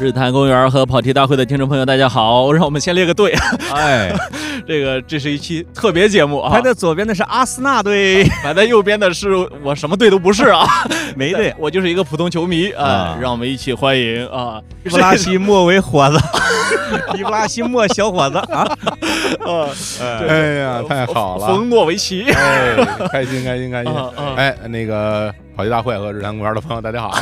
日坛公园和跑题大会的听众朋友，大家好！ 让我们先列个队，哎，这个这是一期特别节目啊排。在左边的是阿森纳 队，摆在右边的是我什么队都不是啊，。没队 我就是一个普通球迷啊啊。让我们一起欢迎啊， 伊布 拉西莫为伙子，伊布拉西莫小 伙子啊，呃，哎哎呀，太好了！冯诺维奇。哎，开心开心开心啊啊！哎，那个跑题大会和日坛公园的朋友，大家好，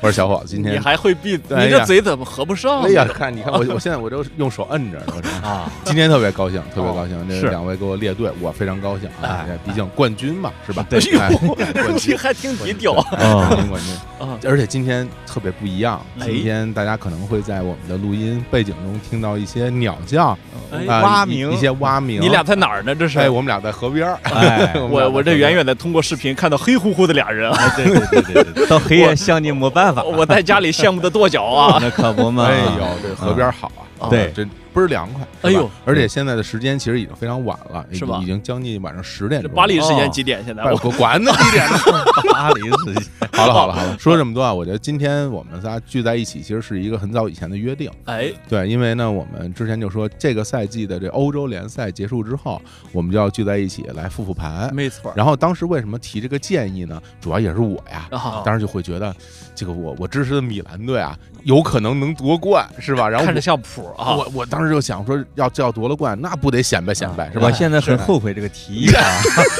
我是小伙子。今你天，还会闭？哎呀你这嘴怎么合不上呢？哎呀，看你看我，我现在我都用手摁着呢。我这啊，今天特别高兴，特别高兴，是这两位给我列队，我非常高兴啊哎！毕竟冠军嘛，是吧？ 哎哎 呦，冠你军还挺低调哎冠军冠啊军，而且今天特别不一样。哎今天大家可能会在我们的录音背景中听到一些鸟叫哎啊，蛙一鸣一些蛙鸣。你俩在哪儿呢？这是哎，我们俩在河边儿。哎，们俩我在我这河边儿远远的通过视频看到黑乎乎的俩人，啊，对对对对对，到黑夜向你没办法， 我在家里羡慕的跺脚啊！ 那可不嘛。哎呦，这河边好啊啊！对这倍儿凉快。哎呦是吧，而且现在的时间其实已经非常晚了，是吧已经将近晚上十点这钟了。巴黎时间几点？现在哎，我我管呢几点呢？ 巴黎世界，好了好了好了，说这么多啊，我觉得今天我们仨聚在一起，其实是一个很早以前的约定。哎，对，因为呢，我们之前就说这个赛季的这欧洲联赛结束之后，我们就要聚在一起来复复盘。没错然后当时为什么提这个建议呢？主要也是我呀，啊，当时就会觉得这个我我支持的米兰队啊，有可能能夺冠，是吧？然后看我着像谱啊，我我当时就想说，要这要夺了冠，那不得显摆显啊摆，是吧 哎我？现在很后悔这个提议啊，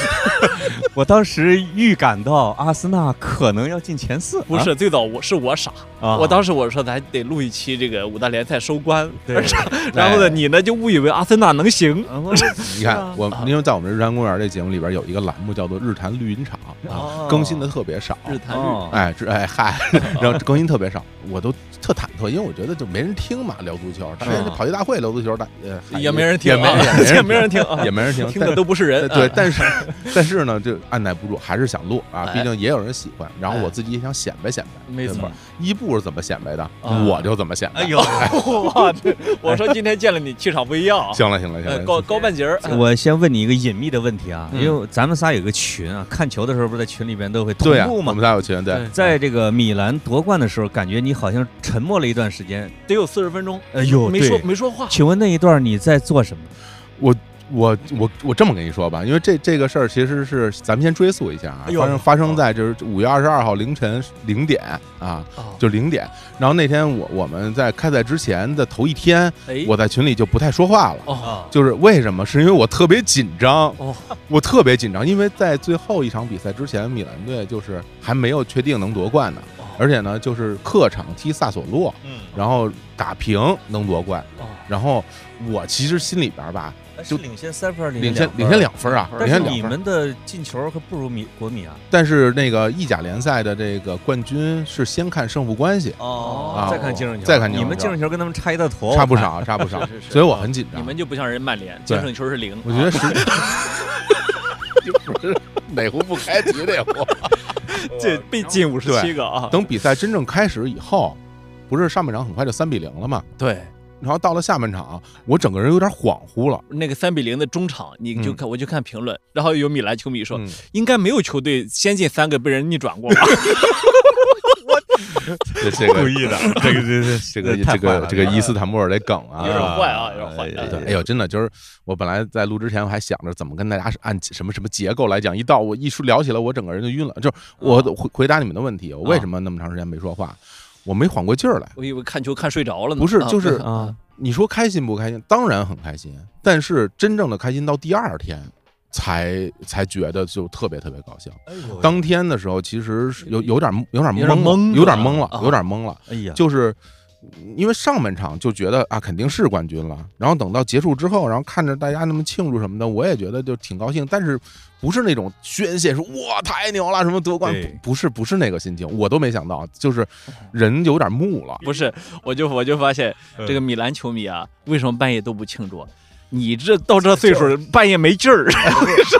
我当时预感到阿森纳可能要进前四，不是最早我是我傻，啊，我当时我说咱得录一期这个五大联赛收官，对而且然后呢，哎你呢就误以为阿森纳能行，啊我你看我，因为在我们日坛公园这节目里边有一个栏目叫做“日坛绿茵场”，啊哦更新的特别少。日坛日哦哎，这 哎嗨，然后更新特别少，我都特忐忑，因为我觉得就没人听嘛，聊足球，大家这跑题大会聊足球，大呃嗨啊也没人听也没啊， 也也没没人听啊，也没人听，听但的都不是人，哎对，啊但是 但是呢，就按耐不住，还是想录啊，哎毕竟也有人喜欢，然后哎我自己也想显摆显摆，没对错吧。伊布是怎么显摆的，啊我就怎么显摆。哎呦， 哇，这我说今天见了你气场不一样啊，行了行了行呃了，高高半截儿，我先问你一个隐秘的问题啊，嗯因为咱们仨有个群啊，看球的时候不是在群里边都会同对啊呀，步我嘛们。仨有群，对对，在这个米兰夺冠的时候，感觉你好像沉默了一段时间。得有四十分钟，哎呦，没说对没说话，请问那一段你在做什么？我我我这么跟你说吧，因为这这个事儿其实是咱们先追溯一下啊哎，呦发生发生在就是五月二十二号凌晨零点啊，啊就零点。然后那天我我们在开赛之前的头一天，哎我在啊群里就不太说话了。哦就是为什么？是因为我特别紧张，哦我特别紧张，因为在最后一场比赛之前，米兰队就是还没有确定能夺冠呢哦，而且呢，就是客场踢萨索洛，嗯，然后打平能夺冠。哦然后我其实心里边吧，就就是哎领先三分，领先领先，两分啊，领但是先两你分。们的进球可不如米国米啊。但是那个意甲联赛的这个冠军是先看胜负关系，哦再看净胜球，啊再看你净胜球们净胜球跟他们差一大坨，差不少，差不 少是是，是所以我很紧你张。们就不像人曼联，净对胜球是零，啊我觉 得是，就不是哪壶不开提哪壶。这被进五十七对个啊，等比赛真正开始以后，不是上半场很快就三比零了嘛？对。然后到了下半场，我整个人有点恍惚了。那个三比零的中场，你就嗯看、我就看评论，然后有米兰球迷说，嗯应该没有球队先进三个被人逆转过吧？这这个意的，这个这个 这个这个这个伊斯坦布尔这梗 啊，有点坏啊有点坏对哎哎呦，真的就是我本来在录之前我还想着怎么跟大家是按什么什么结构来讲，一到我一说聊起来，我整个人就晕了。就是我回回答你们的问题，我为什么那么长时间没说话？我没缓过劲儿来。我以为看球看睡着了呢。不是啊就是啊，你说开心不开心？当然很开心，但是真正的开心到第二天才才觉得就特别特别高兴。当天的时候，其实是有有点有点有点懵懵了了，有点懵了啊，有点懵了。哎呀，就是因为上半场就觉得啊肯定是冠军了，然后等到结束之后，然后看着大家那么庆祝什么的，我也觉得就挺高兴，但是不是那种宣泄说哇太牛了什么夺冠对，不不是不是那个心情，我都没想到，就是哦人有点木了。 不是，我就我就发现嗯这个米兰球迷啊，为什么半夜都不庆祝？啊你这到这岁数，半夜没 劲儿。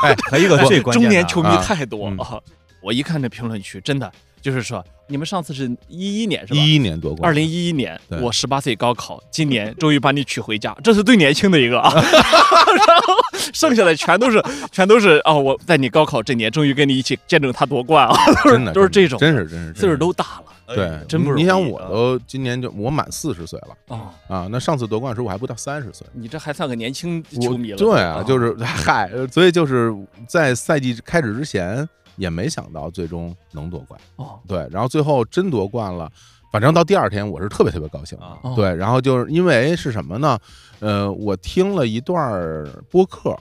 哎，还有一个最关 中键的年球迷啊太多啊！ 我一看这评论区，真的就是说，你们上次是一一年是吧？一一年夺冠，二零一一年，对我十八岁高考，今年终于把你娶回家，这是最年轻的一个 啊。然后剩下的全都是，全都是啊、我在你高考这年，终于跟你一起见证他夺冠啊，真的都是这种真是真是岁数真是都大了，对，哎真不容易你想我啊都今年就我满四十岁了哦，啊，那上次夺冠的时候我还不到三十岁。你这还算个年轻球我迷了。对啊，就是嗨，所以就是在赛季开始之前也没想到最终能夺冠，哦，对，然后最后真夺冠了，反正到第二天我是特别特别高兴的，啊哦对，然后就是因为是什么呢？呃，我听了一段儿播客，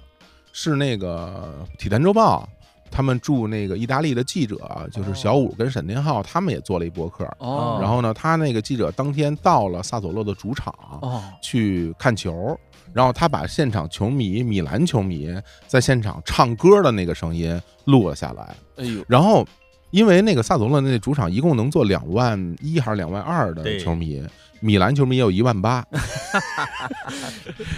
是那个《体坛周报》他们驻那个意大利的记者，啊就是小五跟沈天浩他们也做了一播客，哦，然后呢，他那个记者当天到了萨佐洛的主场，哦，去看球，然后他把现场球迷、米兰球迷在现场唱歌的那个声音录了下来。哎呦，然后，因为那个萨佐勒那主场一共能坐两万一还是两万二的对球迷，米兰球迷也有一万八。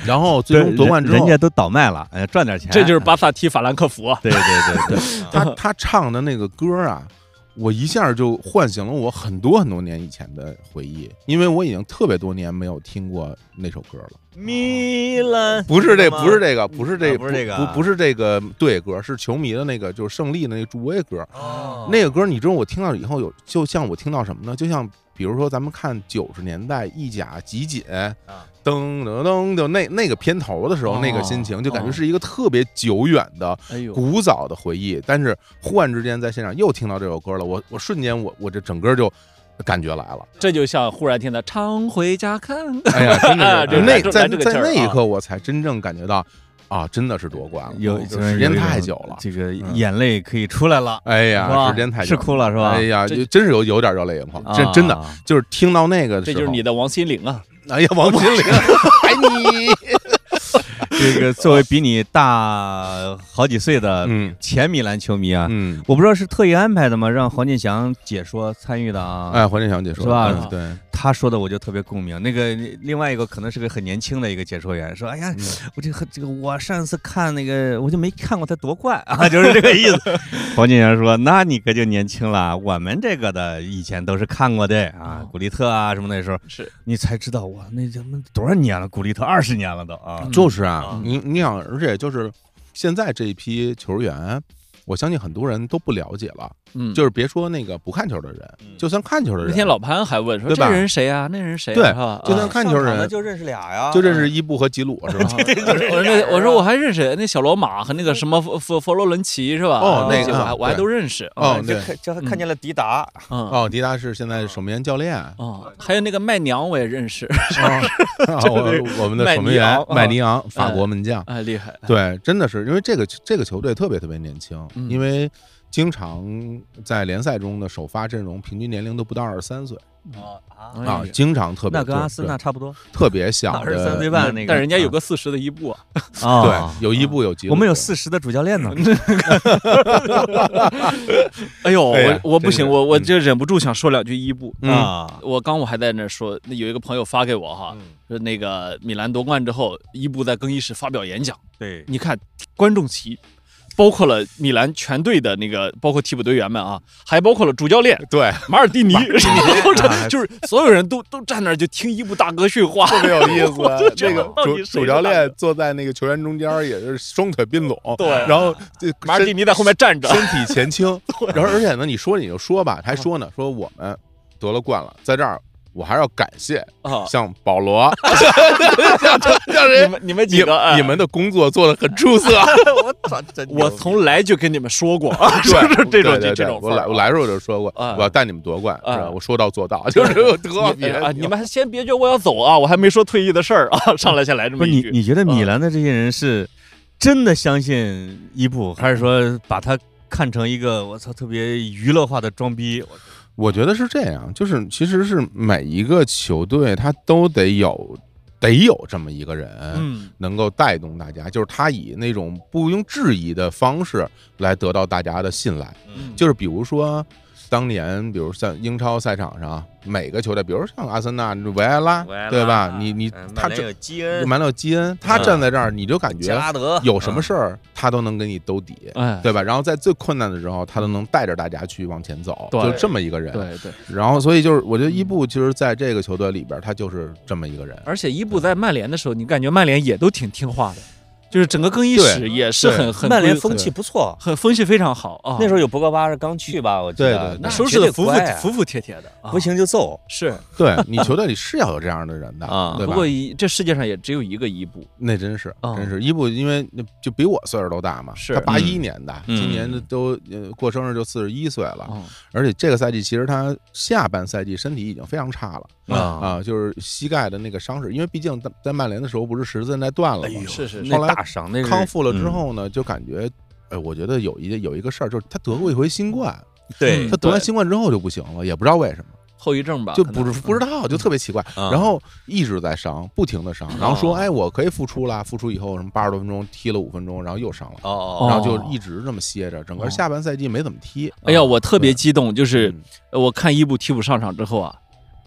然后最终夺冠之人后家，都倒卖了，哎，赚点钱，这就是巴萨踢法兰克福啊！对对对对， 他他唱的那个歌啊。我一下就唤醒了我很多很多年以前的回忆，因为我已经特别多年没有听过那首歌了。米兰哦不是这，不是这个，不是这，啊不是这个不啊不是这个队歌，是球迷的那个，就是胜利的那个助威歌。哦那个歌，你知道我听到以后有，就像我听到什么呢？就像比如说咱们看九十年代意甲集锦，啊噔噔噔，就那那个片头的时候，哦那个心情，就感觉哦是一个特别久远的、哎呦，古早的回忆。但是忽然之间在现场又听到这首歌了，我我瞬间我我这整个就感觉来 了。这就像忽然听到《常回家看》，哎呀，真啊的这是 那来这在来这个在劲儿那啊一刻，我才真正感觉到啊，真的是夺冠了，有就啊时间太久了。这个嗯眼泪可以出来了，哎是吧呀，时间太久是哭了是吧哎呀，这就真是有有点热泪盈眶，真啊真的就是听到那个的时这就候，是你的王心凌啊！ 哎呀，王心凌，爱你，这个作为比你大好几岁的嗯前米兰球迷啊，嗯，我不知道是特意安排的吗？让黄健翔解说参与的 啊。哎，黄健翔解说是吧嗯对，他说的我就特别共鸣。那个另外一个可能是个很年轻的一个解说员说：“哎呀，我这个这个我上次看那个我就没看过他夺冠啊，就是这个意思。” 黄健翔说：“那你可就年轻了，我们这个的以前都是看过的啊哦，古利特啊什么那时候，是你才知道哇，那咱们多少年了？古利特二十年了都啊。嗯就是啊嗯，你你想，而且就是现在这一批球员。我相信很多人都不了解了，嗯，就是别说那个不看球的人，嗯就算看球的人，那天老潘还问说对吧这人谁啊，那人谁啊对是吧？就啊算看球人，就认识俩呀，就认识伊布和吉鲁是 嗯吧？ 我说那我说我还认识那小罗马和那个什么佛佛佛罗伦齐是吧？哦那个几个我还啊我还对都认识。哦呃嗯对这还看见了迪达，嗯哦，迪达是现在守门员教练，嗯 哦，还有那个卖娘我也认识， 然后啊我我们的守门员哦麦麦尼嗯尼昂，法国门将。哎，厉害。对，真的是因为这个这个球队特别特别年轻，嗯因为经常在联赛中的首发阵容平均年龄都不到二十三岁嗯哎啊呀，经常特别哦那跟阿森纳对差不多，特别小的23岁半那个。但人家有个啊四十的伊布啊，啊， 对，有伊布有吉鲁，我们有四十的主教练呢。哎呦，哎呀我我不行，真是我我嗯就忍不住想说两句伊布。嗯啊，我刚我还在那说，那有一个朋友发给我哈，嗯说那个米兰夺冠之后，伊布在更衣室发表演讲，对，你看观众席，包括了米兰全队的那个，包括替补队员们啊，还包括了主教练对，马尔蒂尼，哎然后啊这 就是所有人都都站那儿就听伊布大哥训话，特别有意思我就。觉这得个到底主谁主教是大练坐在那个球员中间，也是双腿并拢，对然后这马尔蒂尼在后面站着身，身体前倾， 然后而且呢，你说你就说吧，还说呢，说我们得了冠了，在这儿我还是要感谢啊，像保罗，像像像你谁？们 你们几你个，哎你们的工作做得很出色， 我操，真我从来就跟你们说过， 是对，不是这种对对对这种我来我来的时候我就说过，啊我要带你们夺冠，啊是吧？我说到 做到，就是我特别啊，你们还先别觉得我要走啊，我还没说退役的事儿啊，上来先来这不么是一你，句，你觉得米兰的这些人是真的相信伊布，还是说把他看成一个我操特别娱乐化的装逼？我觉得是这样，就是其实是每一个球队他都得有得有这么一个人，嗯，能够带动大家，就是他以那种不庸置疑的方式来得到大家的信赖。嗯就是比如说，当年比如像英超赛场上每个球队，比如像阿森纳、维埃拉，对吧？你嗯你他这基曼联有基恩，嗯他站在这儿，你就感觉德啊有什么事儿他都能给你兜底。哎，对吧？然后在最困难的时候，他都能带着大家去往前走，对就这么一个人。对对，然后，所以就是我觉得伊布其实在这个球队里边，他就是这么一个人。而且伊布在曼联的时候，你感觉曼联也都挺听话的，就是整个更衣室也是很很曼联规风气不错，很风气非常好啊。那时候有博格巴是刚去吧？我觉对得对对那收绝拾的对服服乖啊服服帖帖的，啊不行就揍。是。对你球队里是要有这样的人 的啊对不吧？过一这世界上也只有一个伊布，那真是，哦真是伊布，因为那就比我岁数都大嘛，是他八一嗯年的，嗯今年都呃过生日就四十一岁了，啊而且这个赛季其实他下半赛季身体已经非常差了啊，啊，就是膝盖的那个伤势，因为毕竟在在曼联的时候不是十字韧带断了嘛，是是是后那来大伤，那是康复了之嗯后呢，就感觉。哎，我觉得有一有一个事儿，就是他得过一回新冠，嗯对他得完对新冠之后就不行了，也不知道为什么，后遗症吧？就可不能是不知道，就特别奇怪。啊嗯然后一直在伤，不停的伤，然后说，哦哎，我可以复出啦，复出以后什么八十多分钟踢了五分钟，然后又伤了，哦然哦后就一直这么歇着，整个下半赛季没怎么踢。哦哎呀，我特别激动，就是嗯呃我看伊布替补上场之后啊，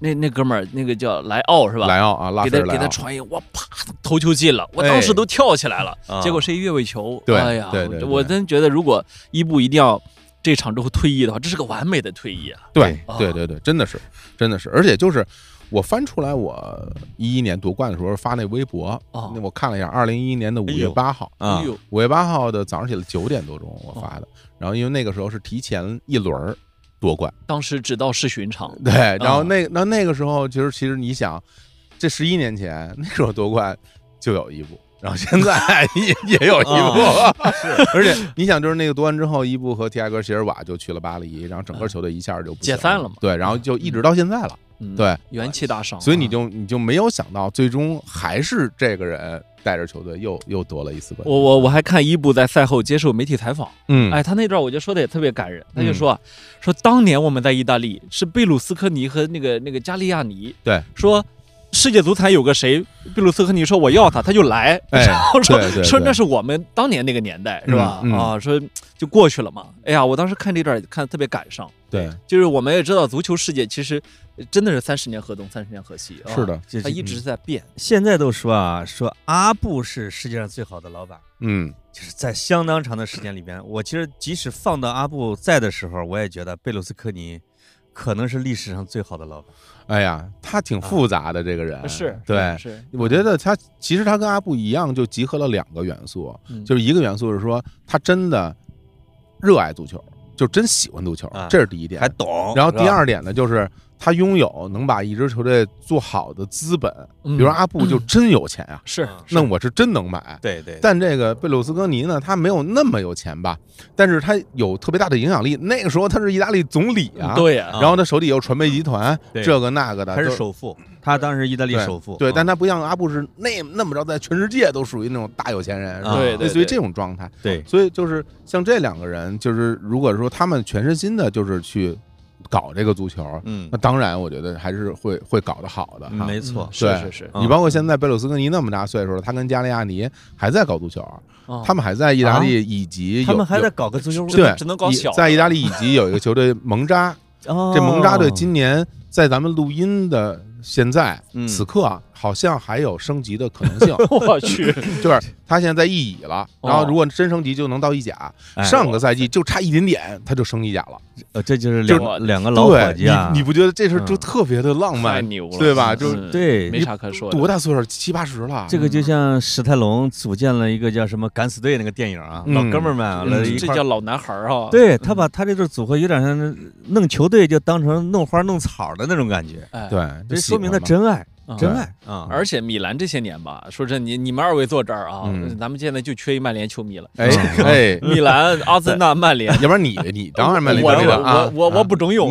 那那哥们儿那个叫莱奥是吧？莱奥啊，拉给菲他尔莱给他奥，哎传一，我啪头球进了，我当时都跳起来了。啊结果是一越位球，对哎呀，对对对我真觉得如果伊布一定要这场之后退役的话，这是个完美的退役啊！对啊哎对对对，真的是，真的是，而且就是。我翻出来我一一年夺冠的时候发那微博，哦那我看了一下，二零一一年的五哎月呦八号，啊哎，呦，五月八号的早上起来九点多钟我发的，然后因为那个时候是提前一轮儿夺冠。当时只道是寻常， 对，然后嗯那那那个时候，其实其实你想，这十一年前那时候夺冠就有伊布，然后现在 也也有伊布，嗯 而且你想，就是那个夺完之后，伊布和提亚戈·席尔瓦就去了巴黎，然后整个球队一下就不行嗯解散了嘛对，然后就一直到现在了，嗯，对，元气大伤啊，所以你就你就没有想到，最终还是这个人带着球队又又夺了一次冠军，我我我还看伊布在赛后接受媒体采访，嗯，哎，他那段我觉得说的也特别感人，他就说啊，说当年我们在意大利是贝鲁斯科尼和那个那个加利亚尼，对，说世界足坛有个谁，贝鲁斯科尼说我要他，他就来， 哎然后说对对说对那是我们当年那个年代是吧？嗯嗯啊，说就过去了嘛。哎呀，我当时看这段看得特别感伤，对，就是我们也知道足球世界其实呃真的是三十年河东，三十年河西，啊是，的，这它一这直在变，现在都说啊，说阿布是世界上最好的老板，嗯，就是在相当长的时间里边，我其实即使放到阿布在的时候，我也觉得贝鲁斯科尼可能是历史上最好的老板。哎呀，他挺复杂的这个人，是，嗯对，是，我觉得他其实他跟阿布一样，就集合了两个元素，嗯就是一个元素是说他真的热爱足球，就真喜欢足球啊，这是第一点还。懂。然后第是吧，二点呢，就是他拥有能把一支球队做好的资本，比比如阿布就真有钱啊，嗯是嗯那我是真能买。对嗯对，但这个贝鲁斯科尼呢，他没有那么有钱吧，但是他有特别大的影响力。那个时候他是意大利总理嗯啊，对呀，然后他手里有传媒集团，对这个那个的，他是都首富，他当时意大利首富。对，啊嗯但他不像阿布是那那么着，在全世界都属于那种大有钱人，是吧啊对对类似于对这种状态。对所以就是像这两个人，就是如果说他们全身心的，就是去搞这个足球，嗯那，当然我觉得还是会会搞得好的哈。没错嗯，是对是是，你包括现在贝鲁斯科尼那么大岁数了，他跟加利亚尼还在搞足球，啊他们还在意大利以及有他们还在有搞个足球。只对能只能搞以小的在意大利以及有一个球队蒙扎，这这蒙扎队今年在咱们录音的现在嗯此刻啊，好像还有升级的可能 性。 我去，就是他现在在意乙了，哦然后如果真升级就能到意甲。哎上个赛季就差一点点，他就升意甲了。呃这就是就两个两个老伙计啊对，你你不觉得这事儿就嗯特别的浪太漫？牛了，对吧嗯就是嗯对没啥可说的。多大岁数？七八十啊了。这个就像史泰龙组建了一个叫什么敢死队那个电影啊，嗯老哥们儿们啊嗯来一这块儿叫老男孩儿啊！，对他把他这个组合有点像是弄球队就当成弄花弄草的那种感觉，哎，对，这就喜说欢明他嘛真爱，啊真爱啊！而且米兰这些年吧，说真，你你们二位坐这儿啊嗯，咱们现在就缺一曼联球迷 了。哎嗯哎，米兰、阿森纳、曼联，要不然你你当然 曼联我这个啊我，我我不中 用，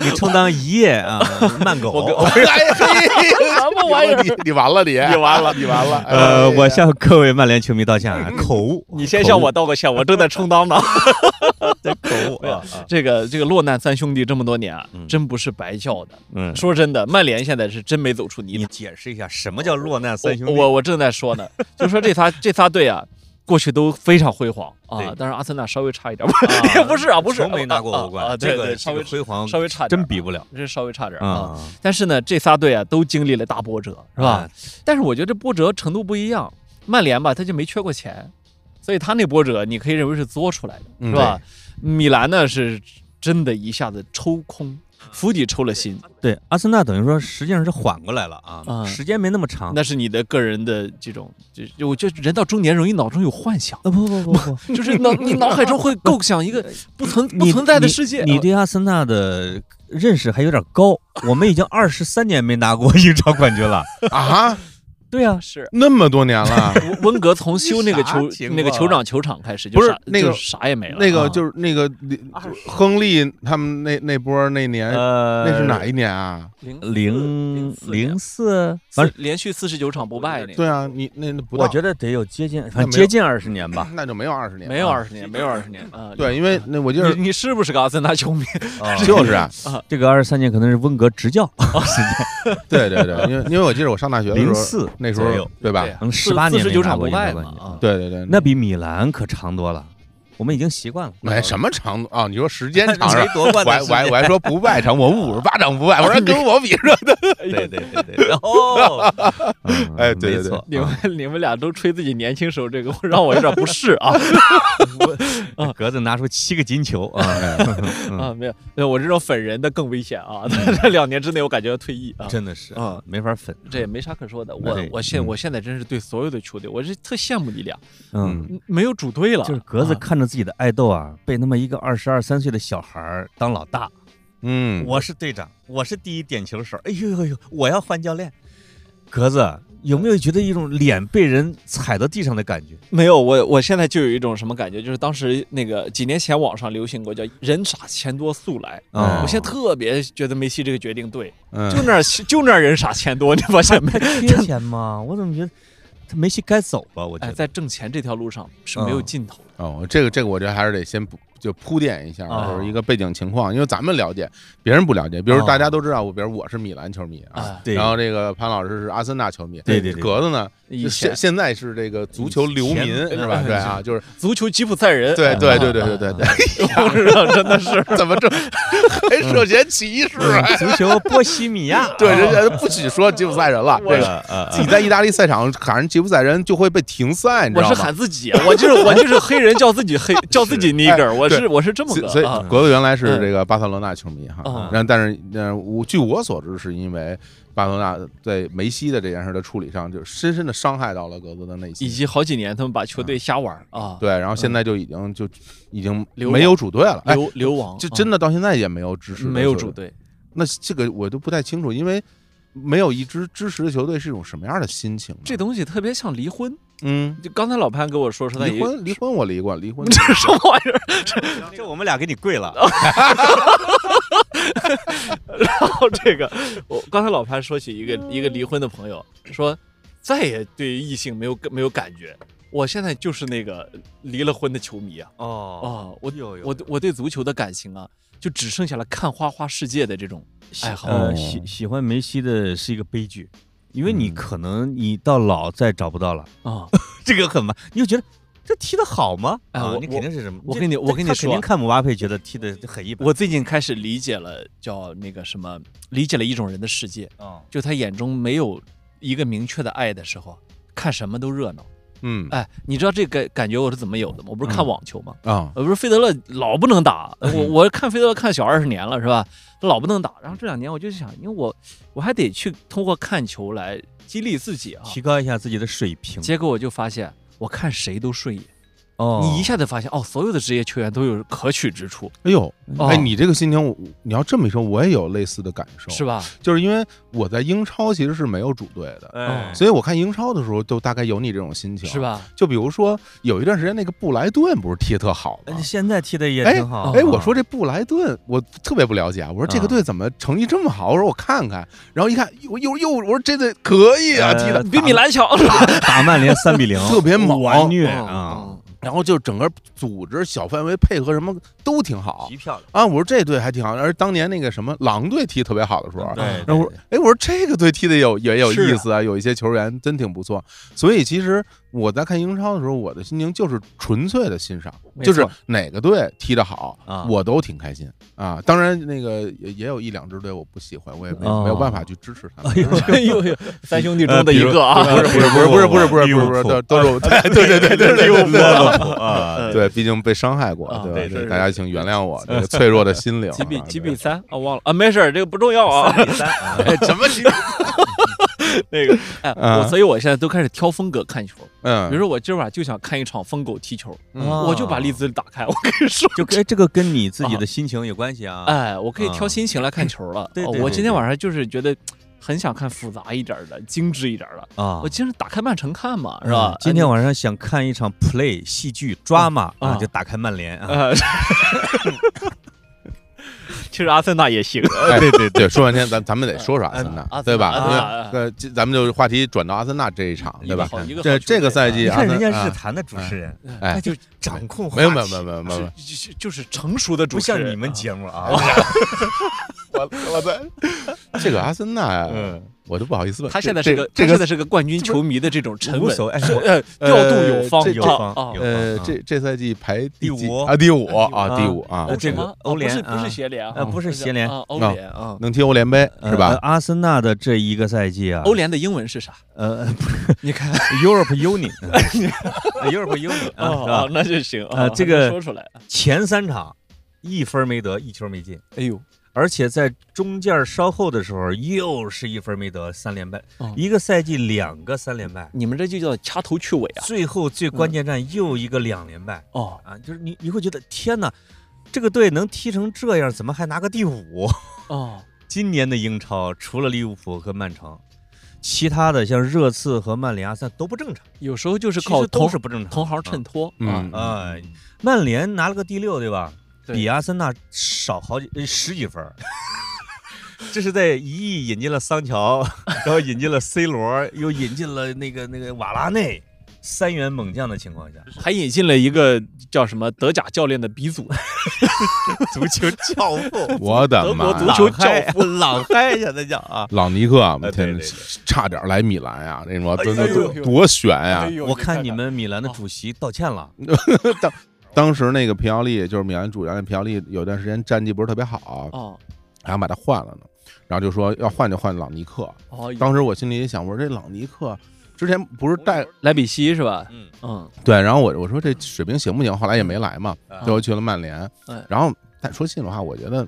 你充当一夜啊慢我跟狗。我哎嘿，什么玩意儿？你你完了你哎你完了你完了。呃，我下向各位曼联球迷道歉啊， 口误， 哎嗯你先向我道个歉，我正在充当 呢。哎口误啊，这个这个落难三兄弟这么多年啊，嗯真不是白叫的。嗯，说真的，曼联现在是真没走出泥你潭。解释一下什么叫落难我三兄弟？我我正在说呢，就说这仨这仨队啊，过去都非常辉煌啊对，但是阿森纳稍微差一点， 也不是啊，不是从没拿过啊欧啊啊冠，对这对个稍这微个辉煌稍微差点真比不了这稍微差点啊。啊，但是呢，这仨队啊都经历了大波折，是吧啊？？但是我觉得这波折程度不一样，曼联吧他就没缺过钱，所以他那波折你可以嗯认为是作出来的，是吧？米兰呢是真的一下子抽空，府邸抽了薪，对，阿森纳等于说实际上是缓过来了啊，嗯时间没那么长。那是你的个人的这种，就就我觉得人到中年容易脑中有幻想，啊不不不 不，就是脑你脑海中会构想一个不 存不你存在的你世界。啊你对阿森纳的认识还有点高，我们已经二十三年没拿过英超冠军了。啊，对啊，是。那么多年了 温温格从修 那个啥球情那个况酋长球场开始，就不是啥那个就啥也没了。那啊个就是那个亨利他们那那波那年，呃，哎那是哪一年啊？零零零零四，反四正连续四十九场不败那个，对啊，你那那不到我觉得得有接近，那反没有正接近二十 年吧。那就没有二十年，没有。二十年，没有二十年啊。对，因为那我记得你你是不是个阿森纳球迷？啊就是啊，这个二十三年可能是温格执教，对对对，因为因为我记得我上大学的时零候，四那时左候右对吧？嗯18四十九年没拿场过不败英超嘛冠军啊。对对对，那比米兰可长多了。我们已经习惯了。哎什么长度啊？你说时间长谁是吧？夺我冠的 还时我还间？我还说不败场，我五十八场不败，我说跟我比说的，对对对对， 哦，嗯哎对对没对错你们你们俩都吹自己年轻时候这个，让我有点不适 啊啊格子拿出七个金球啊， 啊！没有，对我这种粉人的更危险啊！ 这两年之内我感觉要退役啊。真的是啊，没法粉。这也没啥可说的，对我我现嗯我现在真是对所有的球队，我是特羡慕你俩，嗯，没有主队了，就是格子啊看着自己的爱豆啊，被那么一个二十二三岁的小孩儿当老大，嗯，我是队长，我是第一点球手，哎呦呦呦，我要换教练。格子有没有觉得一种脸被人踩到地上的感 觉？没有，我我现在就有一种什么感觉，就是当时那个几年前网上流行过叫“人傻钱多速来”，哦我现在特别觉得梅西这个决定对，就嗯那儿就那儿人傻钱多，你发现 没？缺钱吗？我怎么觉得他梅西该走了？我觉哎，得在挣钱这条路上是嗯没有尽头的。哦，这个这个我觉得还是得先补就铺垫一下，哦就是一个背景情况，因为咱们了解，别人不了解。比如哦大家都知道，我比如我是米兰球迷啊啊，对然后这个潘老师是阿森纳球迷，对对对格子呢以现前现在是这个足球流民以前 是吧？对啊，就是足球吉普赛人，对对啊对对对对，嗯对， 我知道，真的是 怎 么这还涉嫌歧视啊？嗯足球波西米 亚对，人嗯家不许说吉普赛人了，这这个个呃自己在意大利赛场喊人吉普赛人就会被停赛，你知我道是吗？喊自己，我就是我就是黑人叫自己 黑，叫自己 nigger，我是我是这么哎所个所以啊国子原来是嗯这个巴塞罗那球迷哈嗯，然后但是呃，我据我所知，是因为巴塞罗那在梅西的这件事的处理上，就深深的伤害到了格子的内以心。及好几年他们把球队瞎玩儿啊，嗯对，然后现在就已经就已经流亡没有主队了，哎，流流亡啊就真的的到现在也没有支持的没有球主队。队。那这个我都不太清楚，因为没有一支支持的球队是一种什么样的心情呢？这东西特别像离婚，嗯，就刚才老潘跟我说说他离也婚离婚我离过，离婚这是什么玩意儿？这我们俩给你跪了，然后这个，我刚才老潘说起一个一个离婚的朋友，说再也对于异性没有没有感觉。我现在就是那个离了婚的球迷啊！哦，哦，我有有我对我对足球的感情啊，就只剩下了看花花世界的这种爱好。呃，喜喜欢梅西的是一个悲剧，因为你嗯可能你到老再找不到了，啊，这个很麻，你就觉得这踢得好吗？哎啊我你肯定是什么？我这跟你我他跟你他说肯定看姆巴佩觉得踢得很一 般。我最近开始理解了，叫那个什么，理解了一种人的世界，哦就他眼中没有一个明确的爱的时候，看什么都热闹。嗯哎，你知道这个感觉我是怎么有的吗？我不是看嗯网球吗？啊呃，不是费德勒老不能打，呃我我看费德勒看小二十年了，是吧？他老不能打，然后这两年我就想，因为我我还得去通过看球来激励自己啊。提高一下自己的水平。结果我就发现，我看谁都顺眼，哦你一下子发现哦，所有的职业球员都有可取之处，哎呦，哦哎，你这个心情，我你要这么一说，我也有类似的感受，是吧？就是因为我在英超其实是没有主队的，哎所以我看英超的时候都大概有你这种心情，是？吧？就比如说有一段时间那个布莱顿不是踢得特好吗哎，？现在踢的也挺好。啊哎，我说这布莱顿我特别不了解啊，我说这个嗯队怎么成绩这么好？我说我看看，然后一看，又又又，我说这队可以啊，呃踢的。比米兰强，打曼联三比零， 特别猛完虐嗯啊，然后就整个组织、小范围配合什么都挺好哦极漂亮。啊。我说这队还挺好，而当年那个什么狼队踢得特别好的嗯时候，啊对，然后我说，哎，我说这个队踢的有也有是啊意思啊，有一些球员真挺不错。所以其实我在看英超的时候，我的心情就是纯粹的欣赏，哦没就是 错哪个队踢得好啊，我都挺开心啊。当然，那个也也有一两支队我不喜欢，我也没哦没有办法去支持他们。哎呦 呦，三兄弟中的一个啊，不是不是不是不是不是不是不是利都物浦都是我 对对对对对 对对对哎 啊，对，毕竟被伤害过啊，对对吧？是这大家请原谅我这个脆弱的 心灵啊。几比几比对三啊？忘了啊，没事儿，这个不重要 啊。三比三啊什么几比？ 那个，哎，啊我所以我现在都开始挑风格看球。嗯，比如说，我今儿晚上就想看一场疯狗踢球，嗯哦我就把利兹打开。我跟你说，就跟哎这个跟你自己的心情有关系啊。哎，我可以挑啊心情来看球了。对哦对我对今天对晚上就是觉得很想看复杂一点儿的、精致一点儿的。啊我，今儿打开曼城看嘛，是嗯吧？呃今天晚上想看一场 play 戏剧 drama 啊啊，就打开曼联啊。呃， 其实阿森纳也行。 哎对哎对对，说半天，咱咱们得说说阿森嗯阿纳，森对吧？纳因为啊呃，这咱们就话题转到阿森纳这一场，对吧？好一个这好这个赛季，你阿看森人家啊日坛的主持人，哎他啊就掌控话没有没有题没有没 有没有，是就就是成熟的主嗯不持人，像你们节目啊。我我在这个阿森纳呀，嗯，我都不好意思问。他现在这是个，这他个现在是个冠军球迷的这种沉无稳，所谓，哎是我呃调度有方，这有啊方啊有呃，啊这这赛季排第第几五啊？第五啊啊，第五啊呃，欧这什个么啊欧联不是不啊是协联啊呃，不是协联啊，欧啊联啊，能踢欧联杯呃是吧？阿森纳的这一个赛季啊，欧联的英文是啥？呃 你 看 Europe Union，Europe Union 啊，是哦，哦吧？那就行呃啊，这个能说出来，前三场一分没得，一球没进。哎呦，而且在中间稍后的时候，又是一分没得，三连败，哦哎一个赛季两个三连败，你们这就叫掐头去尾啊！最后最关键战又一个两连败、哦，啊！就是你你会觉得天哪，这个队能踢成这样，怎么还拿个第五？ 哦，今年的英超除了利物浦和曼城，其他的像热刺和曼联、阿森纳都不正常，有时候就是其靠实都同是不正常的。同行衬啊托啊嗯，哎，曼联拿了个第六，对吧？对比阿森纳少好几呃十几分儿。 这是在一亿引进了桑乔，然后引进了 C 罗，又引进了那个那个瓦拉内，三元猛将的情况下，还引进了一个叫什么德甲教练的鼻祖，足球教 父我的德妈国足呀！球呃教 父朗嗨，现在叫 啊！朗尼克啊，我哎对天对，差点来米兰呀！那种真的哎呦哎多多悬啊 呀！呦我哎看你们米兰的主席道歉了，当时那个皮奥利就是米兰主教练皮奥利，有段时间战绩不是特别好，哦还想把他换了呢，然后就说要换就换朗尼克。哦，当时我心里也想，我说这朗尼克之前不是带莱比锡是吧？嗯，嗯，对，然后我我说这水平行不行？后来也没来嘛，啊最后去了曼联嗯哎。然后但说心里话，我觉得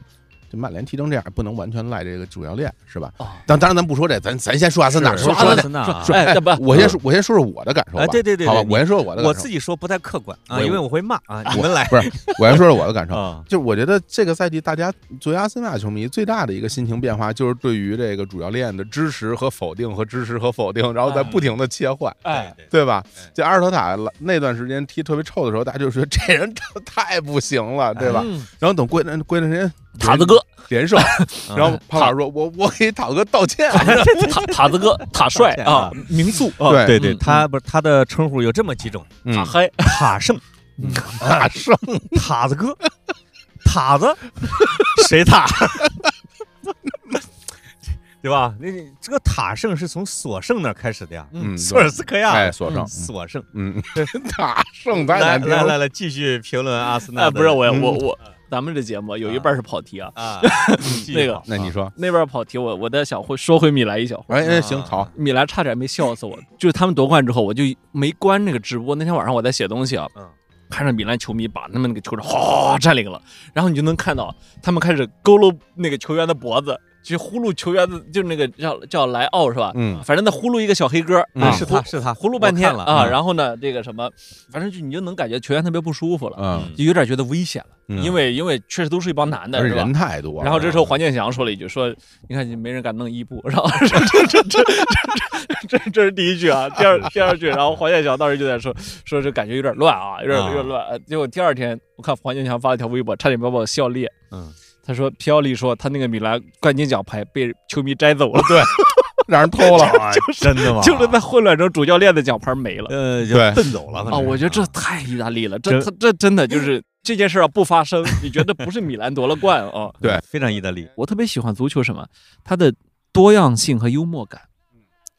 这曼联踢成这样，不能完全赖这个主教练，是吧？哦，当当然，咱不说这，咱咱先说阿森纳，是说阿说阿森森纳啊，纳。哎，要不哎，我先说，我先说说我的感受吧。哎对对对好吧对，你我先说说我的我感受自。己说不太客观啊，我因为我会骂啊，你们来不是，我先说说我的感受。啊，就我觉得这个赛季，大家作为阿森啊纳球迷最大的一个心情变化，就是对于这个主教练的支持和否定，和支持和否定，然后在哎不停的切换。哎，对，对吧哎？这阿尔特塔那段时间踢特别臭的时候，大家就说这人太不行了，对吧？嗯然后等过一段过一段时间，塔子哥，连胜，嗯然后帕瓦说：“我我给塔哥道歉。塔塔子哥，塔帅 啊，民宿啊，对哦对对，嗯他不是他的称呼有这么几种：嗯塔嗨，塔圣、塔胜，塔子哥、 塔子，谁塔？ 对吧？那这个塔圣是从索圣那儿开始的呀，嗯嗯，索尔斯克哎，亚，索胜，索圣。嗯， 塔胜太来难听来来了。来，继续评论阿森纳哎，的。不是我嗯我我，咱们这节目有一半是跑题啊，啊，那个那你说，那边跑题，我我再想回说回米兰一小会儿。哎哎，行，好，米兰差点没笑死我，就是他们夺冠之后，我就没关那个直播。那天晚上我在写东西啊嗯，看着米兰球迷把他们那个球场哗哗哗占领了，然后你就能看到他们开始佝偻那个球员的脖子，去呼噜球员的，就是那个叫叫莱奥是吧？嗯反正他呼噜一个小黑哥，嗯啊是他是他，呼噜半天我看了啊，嗯然后呢，这个什么，反正就你就能感觉球员特别不舒服了，嗯，就有点觉得危险了，嗯因为因为确实都是一帮男的，而是且吧人？太多了。然后这时候黄健翔说了一句：“说你看没人敢弄伊布。”然后这这这这这这是第一句啊，第二第二句，然后黄健翔当时就在说说这感觉有点乱啊，有点有点乱。呃结果第二天我看黄健翔发了条微博，差点把我笑裂。嗯，他说皮奥利说他那个米兰冠军奖牌被球迷摘走了， 让人偷了，真的吗？就是在混乱中主教练的奖牌没了。呃，就对蹬走了啊，我觉得这太意大利了，这真他这真的就是这件事要不发生，你觉得不是米兰夺了冠啊？对非常意大利。我特别喜欢足球什么？它的多样性和幽默感。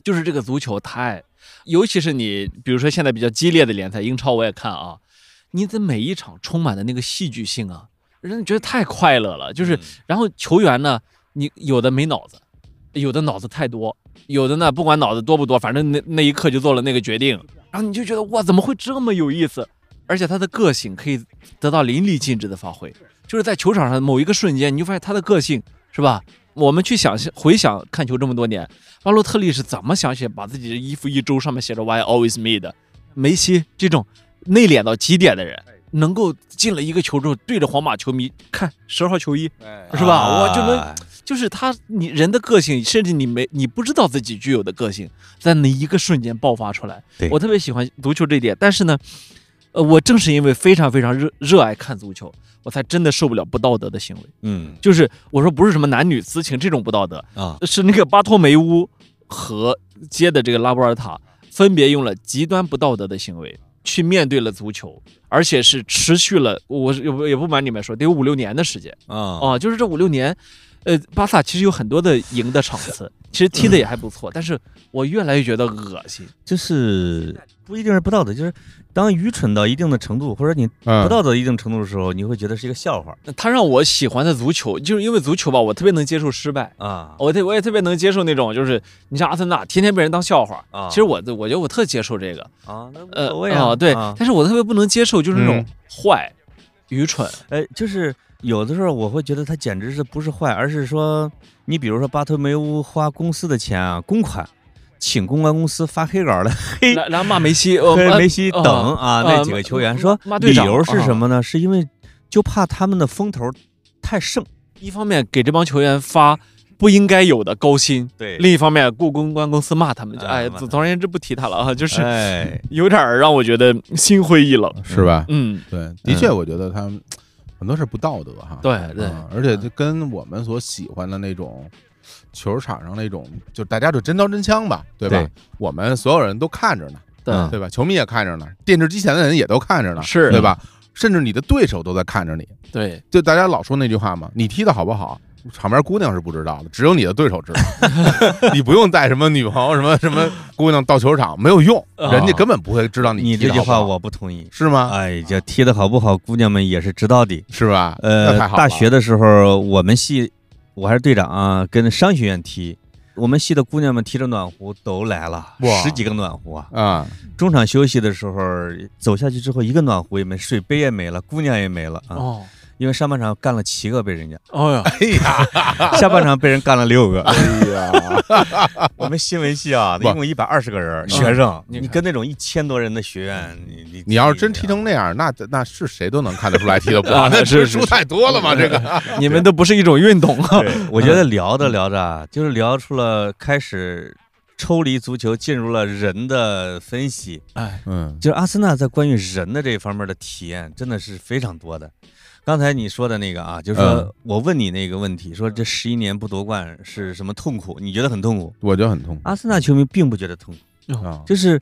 就是这个足球太，尤其是你比如说现在比较激烈的联赛，英超我也看啊，你的每一场充满的那个戏剧性啊，让你觉得太快乐了。就是，然后球员呢，你有的没脑子，有的脑子太多，有的呢不管脑子多不多，反正那那一刻就做了那个决定，然后你就觉得哇，怎么会这么有意思？而且他的个性可以得到淋漓尽致的发挥，就是在球场上某一个瞬间，你就发现他的个性是吧？我们去想象回想看球这么多年，巴洛特利是怎么想起把自己的衣服一周上面写着 “Why always me” 的？梅西这种内敛到极点的人，能够进了一个球之后，对着皇马球迷看十号球衣，是吧？我就能啊就是他，你人的个性，甚至你没你不知道自己具有的个性，在那一个瞬间爆发出来对。我特别喜欢足球这一点，但是呢，呃，我正是因为非常非常热热爱看足球，我才真的受不了不道德的行为。嗯就是我说不是什么男女私情这种不道德，啊，是那个巴托梅乌和接的这个拉波尔塔分别用了极端不道德的行为去面对了足球，而且是持续了，我是也不也不瞒你们说，得有五六年的时间。啊，哦，就是这五六年，呃，巴萨其实有很多的赢的场 次，其实踢的也还不错，但是我越来越觉得恶心。就是不一定是不道德，就是当愚蠢到一定的程度，或者你不嗯，道德一定程度的时候，你会觉得是一个笑话他让我喜欢的足球，就是因为足球吧，我特别能接受失败，啊我特我也特别能接受那种，就是你像阿森纳天天被人当笑话。啊其实我我觉得我特接受这个，啊，那无呃所谓哦啊，对，啊但是我特别不能接受就是那种嗯坏、愚蠢，呃，就是有的时候我会觉得他简直是不是坏，而是说你比如说巴托梅乌花公司的钱啊，公款，请公关公司发黑稿来黑然然后骂梅西，呃黑呃梅西呃等啊那几呃个球员，说骂队理长啊由是什么呢？是因为就怕他们的风头太盛，一方面给这帮球员发不应该有的高薪，对另一方面雇公关公司骂他们，就哎哎，骂总他总而言之不提他了啊，就是哎，有点儿让我觉得心灰意冷。是吧？嗯，对，的确，我觉得他们很多事不道德哈。对对嗯，而且这跟我们所喜欢的那种球场上那种，就大家就真刀真枪吧，对吧对？我们所有人都看着呢，对嗯对吧？球迷也看着呢，电视机前的人也都看着呢，是对吧？甚至你的对手都在看着你，对，就大家老说那句话嘛，你踢的好不好，场边姑娘是不知道的，只有你的对手知道。 你不用带什么女朋友、什么什么姑娘到球场，没有用，啊人家根本不会知道你踢这的句好不话好。我不同意。是吗？哎，这踢的好不好，姑娘们也是知道的。是吧？呃那太，好了大学的时候，我们系我还是队长啊，跟商学院踢，我们系的姑娘们提着暖壶都来了哇，十几个暖壶啊。啊，中场休息的时候走下去之后，一个暖壶也没，水杯也没了，姑娘也没了啊。哦，因为上半场干了七个被人家，哎呀，哎呀，下半场被人干了六 个。哎呀，我们新闻系啊，一哇共一百二十个人嗯学生，你你看跟那种一千多人的学院，你你你要是真踢成那样，那那是谁都能看得出来踢的不 好，啊那是只是输太多了嘛，这嗯个你们都不是一种运动啊。 对，我觉得聊着聊着啊，就是聊出了开始抽离足球，进入了人的分析。哎，嗯就是阿森纳在关于人的这一方面的体验，真的是非常多的。刚才你说的那个啊，就嗯是说我问你那个问题，说这十一年不夺冠是什么痛苦？你觉得很痛苦？我觉得很痛阿森纳球迷并不觉得痛苦， 啊，就是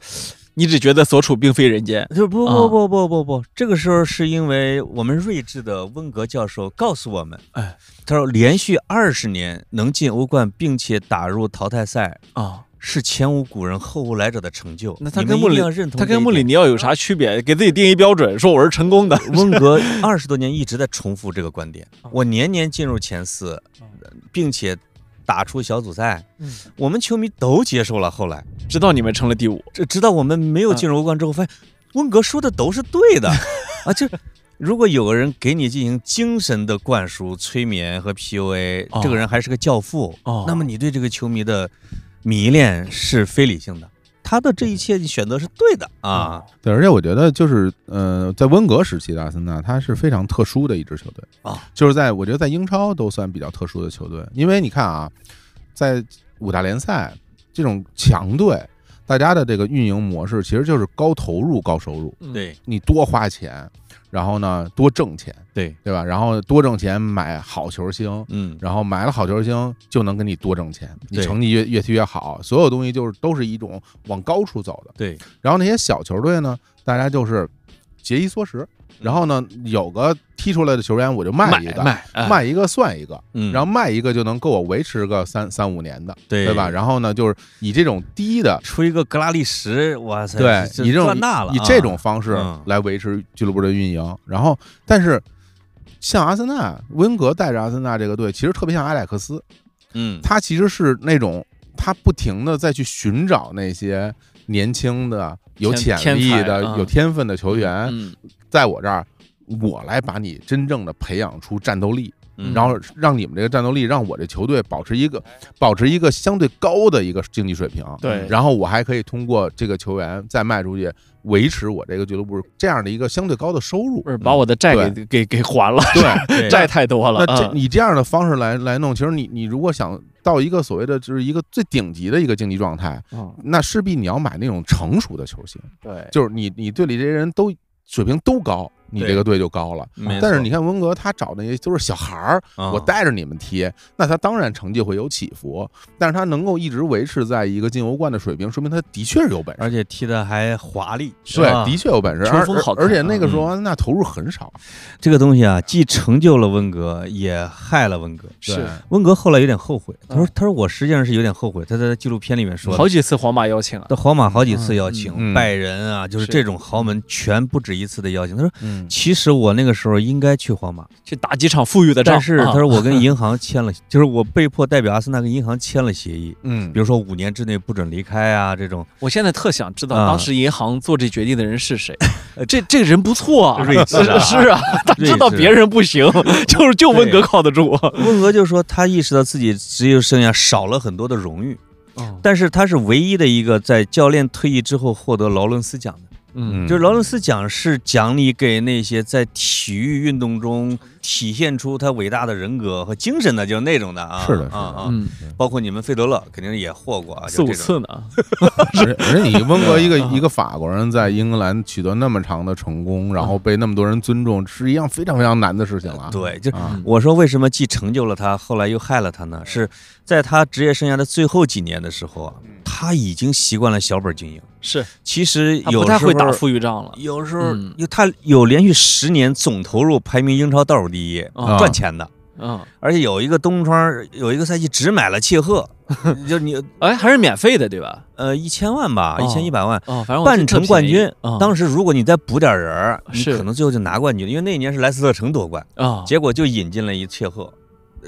你只觉得所处并非人间。就是不啊不不不不不，这个时候是因为我们睿智的温格教授告诉我们，哎，他说连续二十年能进欧冠并且打入淘汰赛，啊，是前无古人后无来者的成就。那他你跟穆们一里定要认同他这一跟穆里点尼奥有啥区别？给自己定一标准，说我是成功的。温 格二十多年一直在重复这个观点。啊我年年进入前四，并且打出小组赛嗯，我们球迷都接受了。后来，知道你们成了第五，这直到我们没有进入欧冠之后，发现温格说的都是对的啊！就如果有个人给你进行精神的灌输、催眠和 PUA，哦这个人还是个教父，哦那么你对这个球迷的迷恋是非理性的，他的这一切选择是对的啊！对，而且我觉得就是呃，在温格时期的阿森纳，他是非常特殊的一支球队啊，就是在我觉得在英超都算比较特殊的球队，因为你看啊，在五大联赛这种强队，大家的这个运营模式其实就是高投入高收入，嗯对你多花钱，然后呢多挣钱，对，对吧？然后多挣钱买好球星，嗯，然后买了好球星就能给你多挣钱，你对成绩越越踢越好，所有东西就是都是一种往高处走的。对，然后那些小球队呢，大家就是节衣缩食。然后呢，有个踢出来的球员，我就卖一个，卖卖卖，一个算一个，嗯哎然后卖一个就能够我维持个三三五年的，对对吧？？然后呢，就是以这种低的，出一个格拉利什，哇塞，对这以这种赚大了，啊以这种，方式嗯来维持俱乐部的运营。然后，但是像阿森纳，温格带着阿森纳这个队，其实特别像埃里克斯，嗯，他其实是那种他不停的再去寻找那些年轻的、有天潜力天才的、嗯有天分的球员，嗯，在我这儿，我来把你真正的培养出战斗力，嗯然后让你们这个战斗力，让我这球队保持一个保持一个相对高的一个竞技水平。对然后我还可以通过这个球员再卖出去，维持我这个俱乐部这样的一个相对高的收入不。是把我的债给给给还了， 对，嗯对债太多了那这啊。你这样的方式来来弄，其实你你如果想到一个所谓的就是一个最顶级的一个竞技状态，嗯那势必你要买那种成熟的球星，对，就是你你队里这些人都水平都高，你对这个队就高了。没错但是你看温格，他找那些都是小孩儿，啊我带着你们踢，那他当然成绩会有起伏，但是他能够一直维持在一个进欧冠的水平，说明他的确是有本事。而且踢的还华丽，是对吧，的确有本事，球而风好而看而且那个时候嗯安娜投入很少，这个东西啊，既成就了温格，也害了温格。是对温格后来有点后悔，他说嗯：“他说我实际上是有点后悔。”他在纪录片里面说的，好几次皇马邀请啊，到皇马好几次邀请，嗯嗯拜仁啊，就是是这种豪门全不止一次的邀请。他说：“嗯其实我那个时候应该去皇马，去打几场富裕的仗。但是啊他说我跟银行签 了，就是我被迫代表阿森纳跟银行签了协议，嗯比，如说五年之内不准离开啊这种。我现在特想知道啊当时银行做这决定的人是谁，呃这这人不错啊， 睿智啊嗯是啊，他睿智知道别人不行，就是就温格靠得住。温格就说他意识到自己职业生涯少了很多的荣誉，但是他是唯一的一个在教练退役之后获得劳伦斯奖的。嗯就是劳伦斯奖是奖励给那些在体育运动中体现出他伟大的人格和精神的，就是那种的啊。是的是的啊啊，嗯，包括你们费德勒肯定也获过啊，四就五这种。次呢，而且而且你温格一 嗯个一个法国人在英格兰取得那么长的成功，然后被那么多人尊重，是一样非常非常难的事情了。嗯对，就啊，我说为什么既成就了他，后来又害了他呢？是在他职业生涯的最后几年的时候啊，嗯他已经习惯了小本经营。是其实他有不时太候会打富裕仗了。有时候嗯有他有连续十年总投入排名英超倒数第一，啊赚钱的。嗯，而且有一个东窗，有一个赛季只买了 切赫，就你哎，还是免费的对吧？呃一千万吧，哦一千一百万。哦，反正我记半得特程冠便宜军，啊当时如果你再补点人儿，你是可能最后就拿冠军，因为那一年是莱斯特城夺冠，啊，结果就引进了一切赫，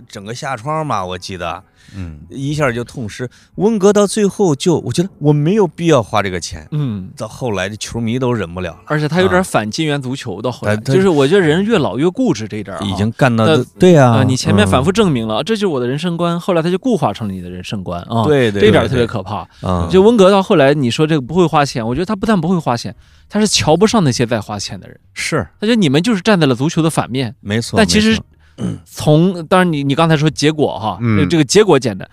整个下窗吧，我记得，嗯，一下就痛失。温格到最后就，我觉得我没有必要花这个钱。嗯。到后来，这球迷都忍不了了，而且他有点啊哎反金元足球的，后来他他就是我觉得人越老越固执这一点儿啊已经嗯干到那对呀、啊，你前面反复、复证明了，这就是我的人生观，后来他就固化成了你的人生观啊，，对对，这一点儿特别可怕。啊，就温格到后来，你说这个不会花钱，我觉得他不但不会花钱，他是瞧不上那些在花钱的人。是他觉得你们就是站在了足球的反面。没错。但其没实嗯错 嗯从当然你你刚才说结果哈，嗯这个这个结果简单，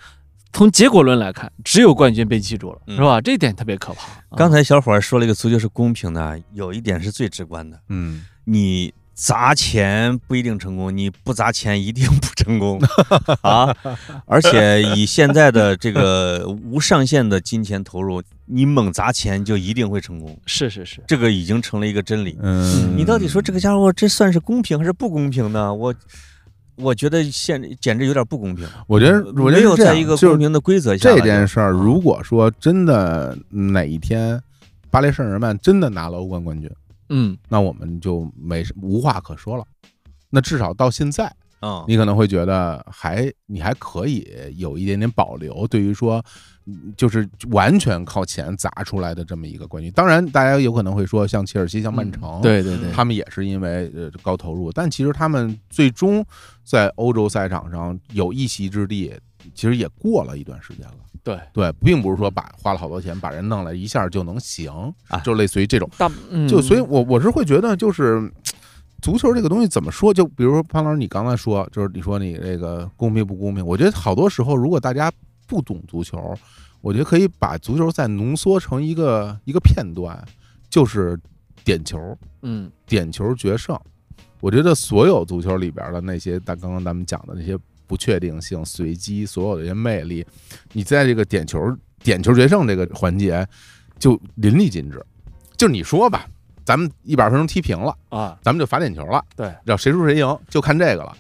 从结果论来看，只有冠军被记住了，嗯是吧？这一点特别可怕。嗯刚才才小伙儿说了一个足球是公平的，有一点是最直观的，嗯，你砸钱不一定成功，你不砸钱一定不 成功啊！而且以现在的这个无上限的金钱投入，你猛砸钱就一定会成功，是是是，这个已经成了一个真理。嗯，你到底说这个家伙这算是公平还是不公平呢？我我觉得现简直有点不公平，我觉得，我觉得嗯没有是这在样一个就是公平的规则下这了件就嗯事儿，如果说真的哪一天巴黎圣日耳曼真的拿了欧冠冠军，嗯，那我们就没无话可说了。那至少到现在，嗯你可能会觉得还你还可以有一点点保留，对于说嗯就是完全靠钱砸出来的这么一个冠军。当然，大家有可能会说，像切尔西、像嗯曼城，对对对，他们也是因为呃高投入，但其实他们最终在欧洲赛场上有一席之地，其实也过了一段时间了。对对，并不是说把花了好多钱把人弄来一下就能行啊，就类似于这种。大嗯就所以我，我是会觉得，就是嘖足球这个东西怎么说？就比如说潘老师，你刚才说，就是你说你这个公平不公平？我觉得好多时候，如果大家不懂足球，我觉得可以把足球再浓缩成一个一个片段，就是点球。嗯点球决胜。我觉得所有足球里边的那些，咱刚刚咱们讲的那些不确定性、随机，所有的一些魅力，你在这个点球点球决胜这个环节就淋漓尽致。就你说吧，咱们一百分钟踢平了，啊，咱们就罚点球了。对，要谁输谁赢就看这个了。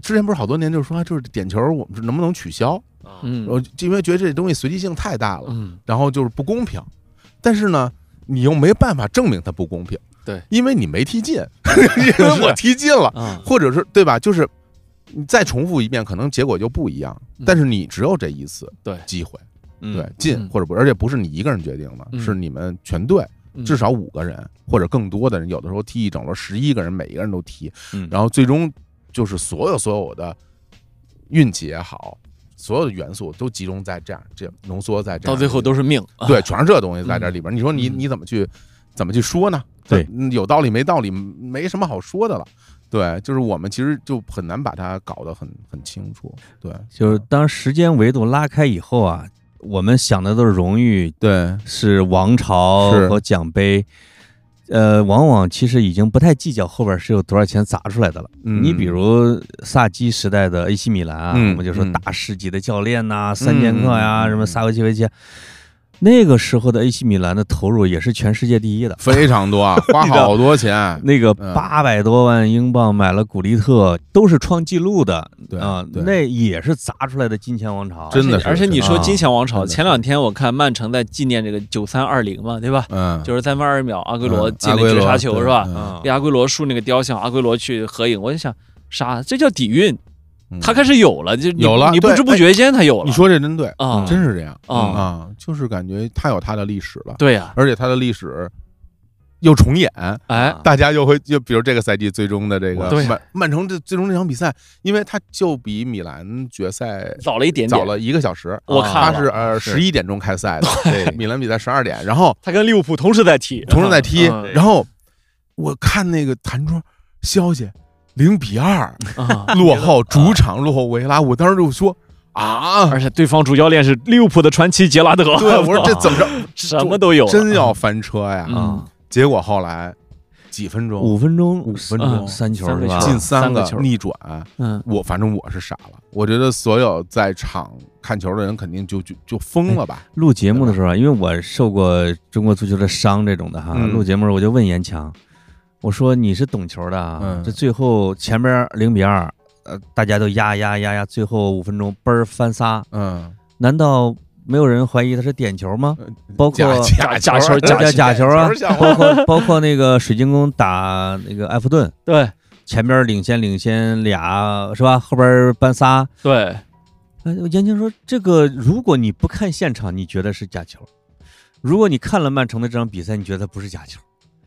之前不是好多年就是说，就是点球我们是能不能取消？嗯我就因为觉得这东西随机性太大了，嗯然后就是不公平。但是呢，你又没办法证明它不公平，对，因为你没 踢进，因为我踢进了，啊，或者是对吧？就是你再重复一遍，可能结果就不一样嗯。但是你只有这一次对机会，嗯对，进嗯或者不，而且不是你一个人决定嗯的，是你们全队嗯至少五个人或者更多的人，有的时候踢一整轮十一个人，每一个人都踢嗯，然后最终就是所有所有的运气也好，所有的元素都集中在这样，这浓缩在这样，到最后都是命。对，全是这东西在这里边儿。你说你啊嗯你怎么去怎么去说呢？对嗯，有道理没道理，没什么好说的了。对，就是我们其实就很难把它搞得很很清楚。对，就是当时间维度拉开以后啊，我们想的都是荣誉，对，是王朝是和奖杯。呃，往往其实已经不太计较后边是有多少钱砸出来的了。嗯你比如萨基时代的 AC 米兰啊，嗯我们就说嗯大师级的教练呐、三剑客呀、嗯嗯嗯什么萨维奇维奇啊，那个时候的 AC 米兰的投入也是全世界第一的。非常多，啊， 花好多钱。那个嗯八百多万英镑买了古利特，都是创纪录的对啊、嗯对那也是砸出来的金钱王朝。真的是而且你真的说是金钱王朝，真的是前两天我看曼城在纪念这个九三二零嘛，对吧？嗯，九十三分二十秒，阿圭罗嗯进阿了圭绝罗杀球对是吧？啊嗯啊给阿圭罗竖那个雕像，阿圭罗去合影，我就想，啥？这叫底蕴，嗯他开始有了，就你有了你不对哎知不觉间他有了。你说这真对，啊，真是这样啊啊，就是感觉它有它的历史了，对呀，而且它的历史又重演，哎，啊大家就会就比如这个赛季最终的这个对曼曼城这最终这场比赛，因为它就比米兰决赛早了一点点，早了一个小时，我啊看它了是呃是十一点钟开赛的，对，米兰比赛十二点，然后他跟利物浦同时在踢，同时在踢，嗯然后我看那个弹窗消息零比 二啊，落后主场落后维拉，我当时就说啊， 而且对方主教练是利物浦的传奇杰拉德，对，我说这怎么着？什么都有了，真要翻车呀！嗯结果后来几分钟五分钟，五分钟嗯三球三是个吧？球进啊三个个球逆转，嗯，我反正我是傻了。我觉得所有在场看球的人肯定就就就疯了吧？录节目的时候啊，因为我受过中国足球的伤这种的哈，嗯录节目的时候我就问严强，我说你是懂球的啊，嗯这最后前边零比二，呃，大家都压压压压，最后五分钟嘣儿翻仨，嗯，难道没有人怀疑他是点球吗？包 括呃假假假球假假假球啊假包 括包括那个水晶宫打那个埃弗顿，对前边领先领先俩是吧？后边扳仨。对，哎，严青说：“这个如果你不看现场，你觉得是假球；如果你看了曼城的这场比赛，你觉得它不是假球，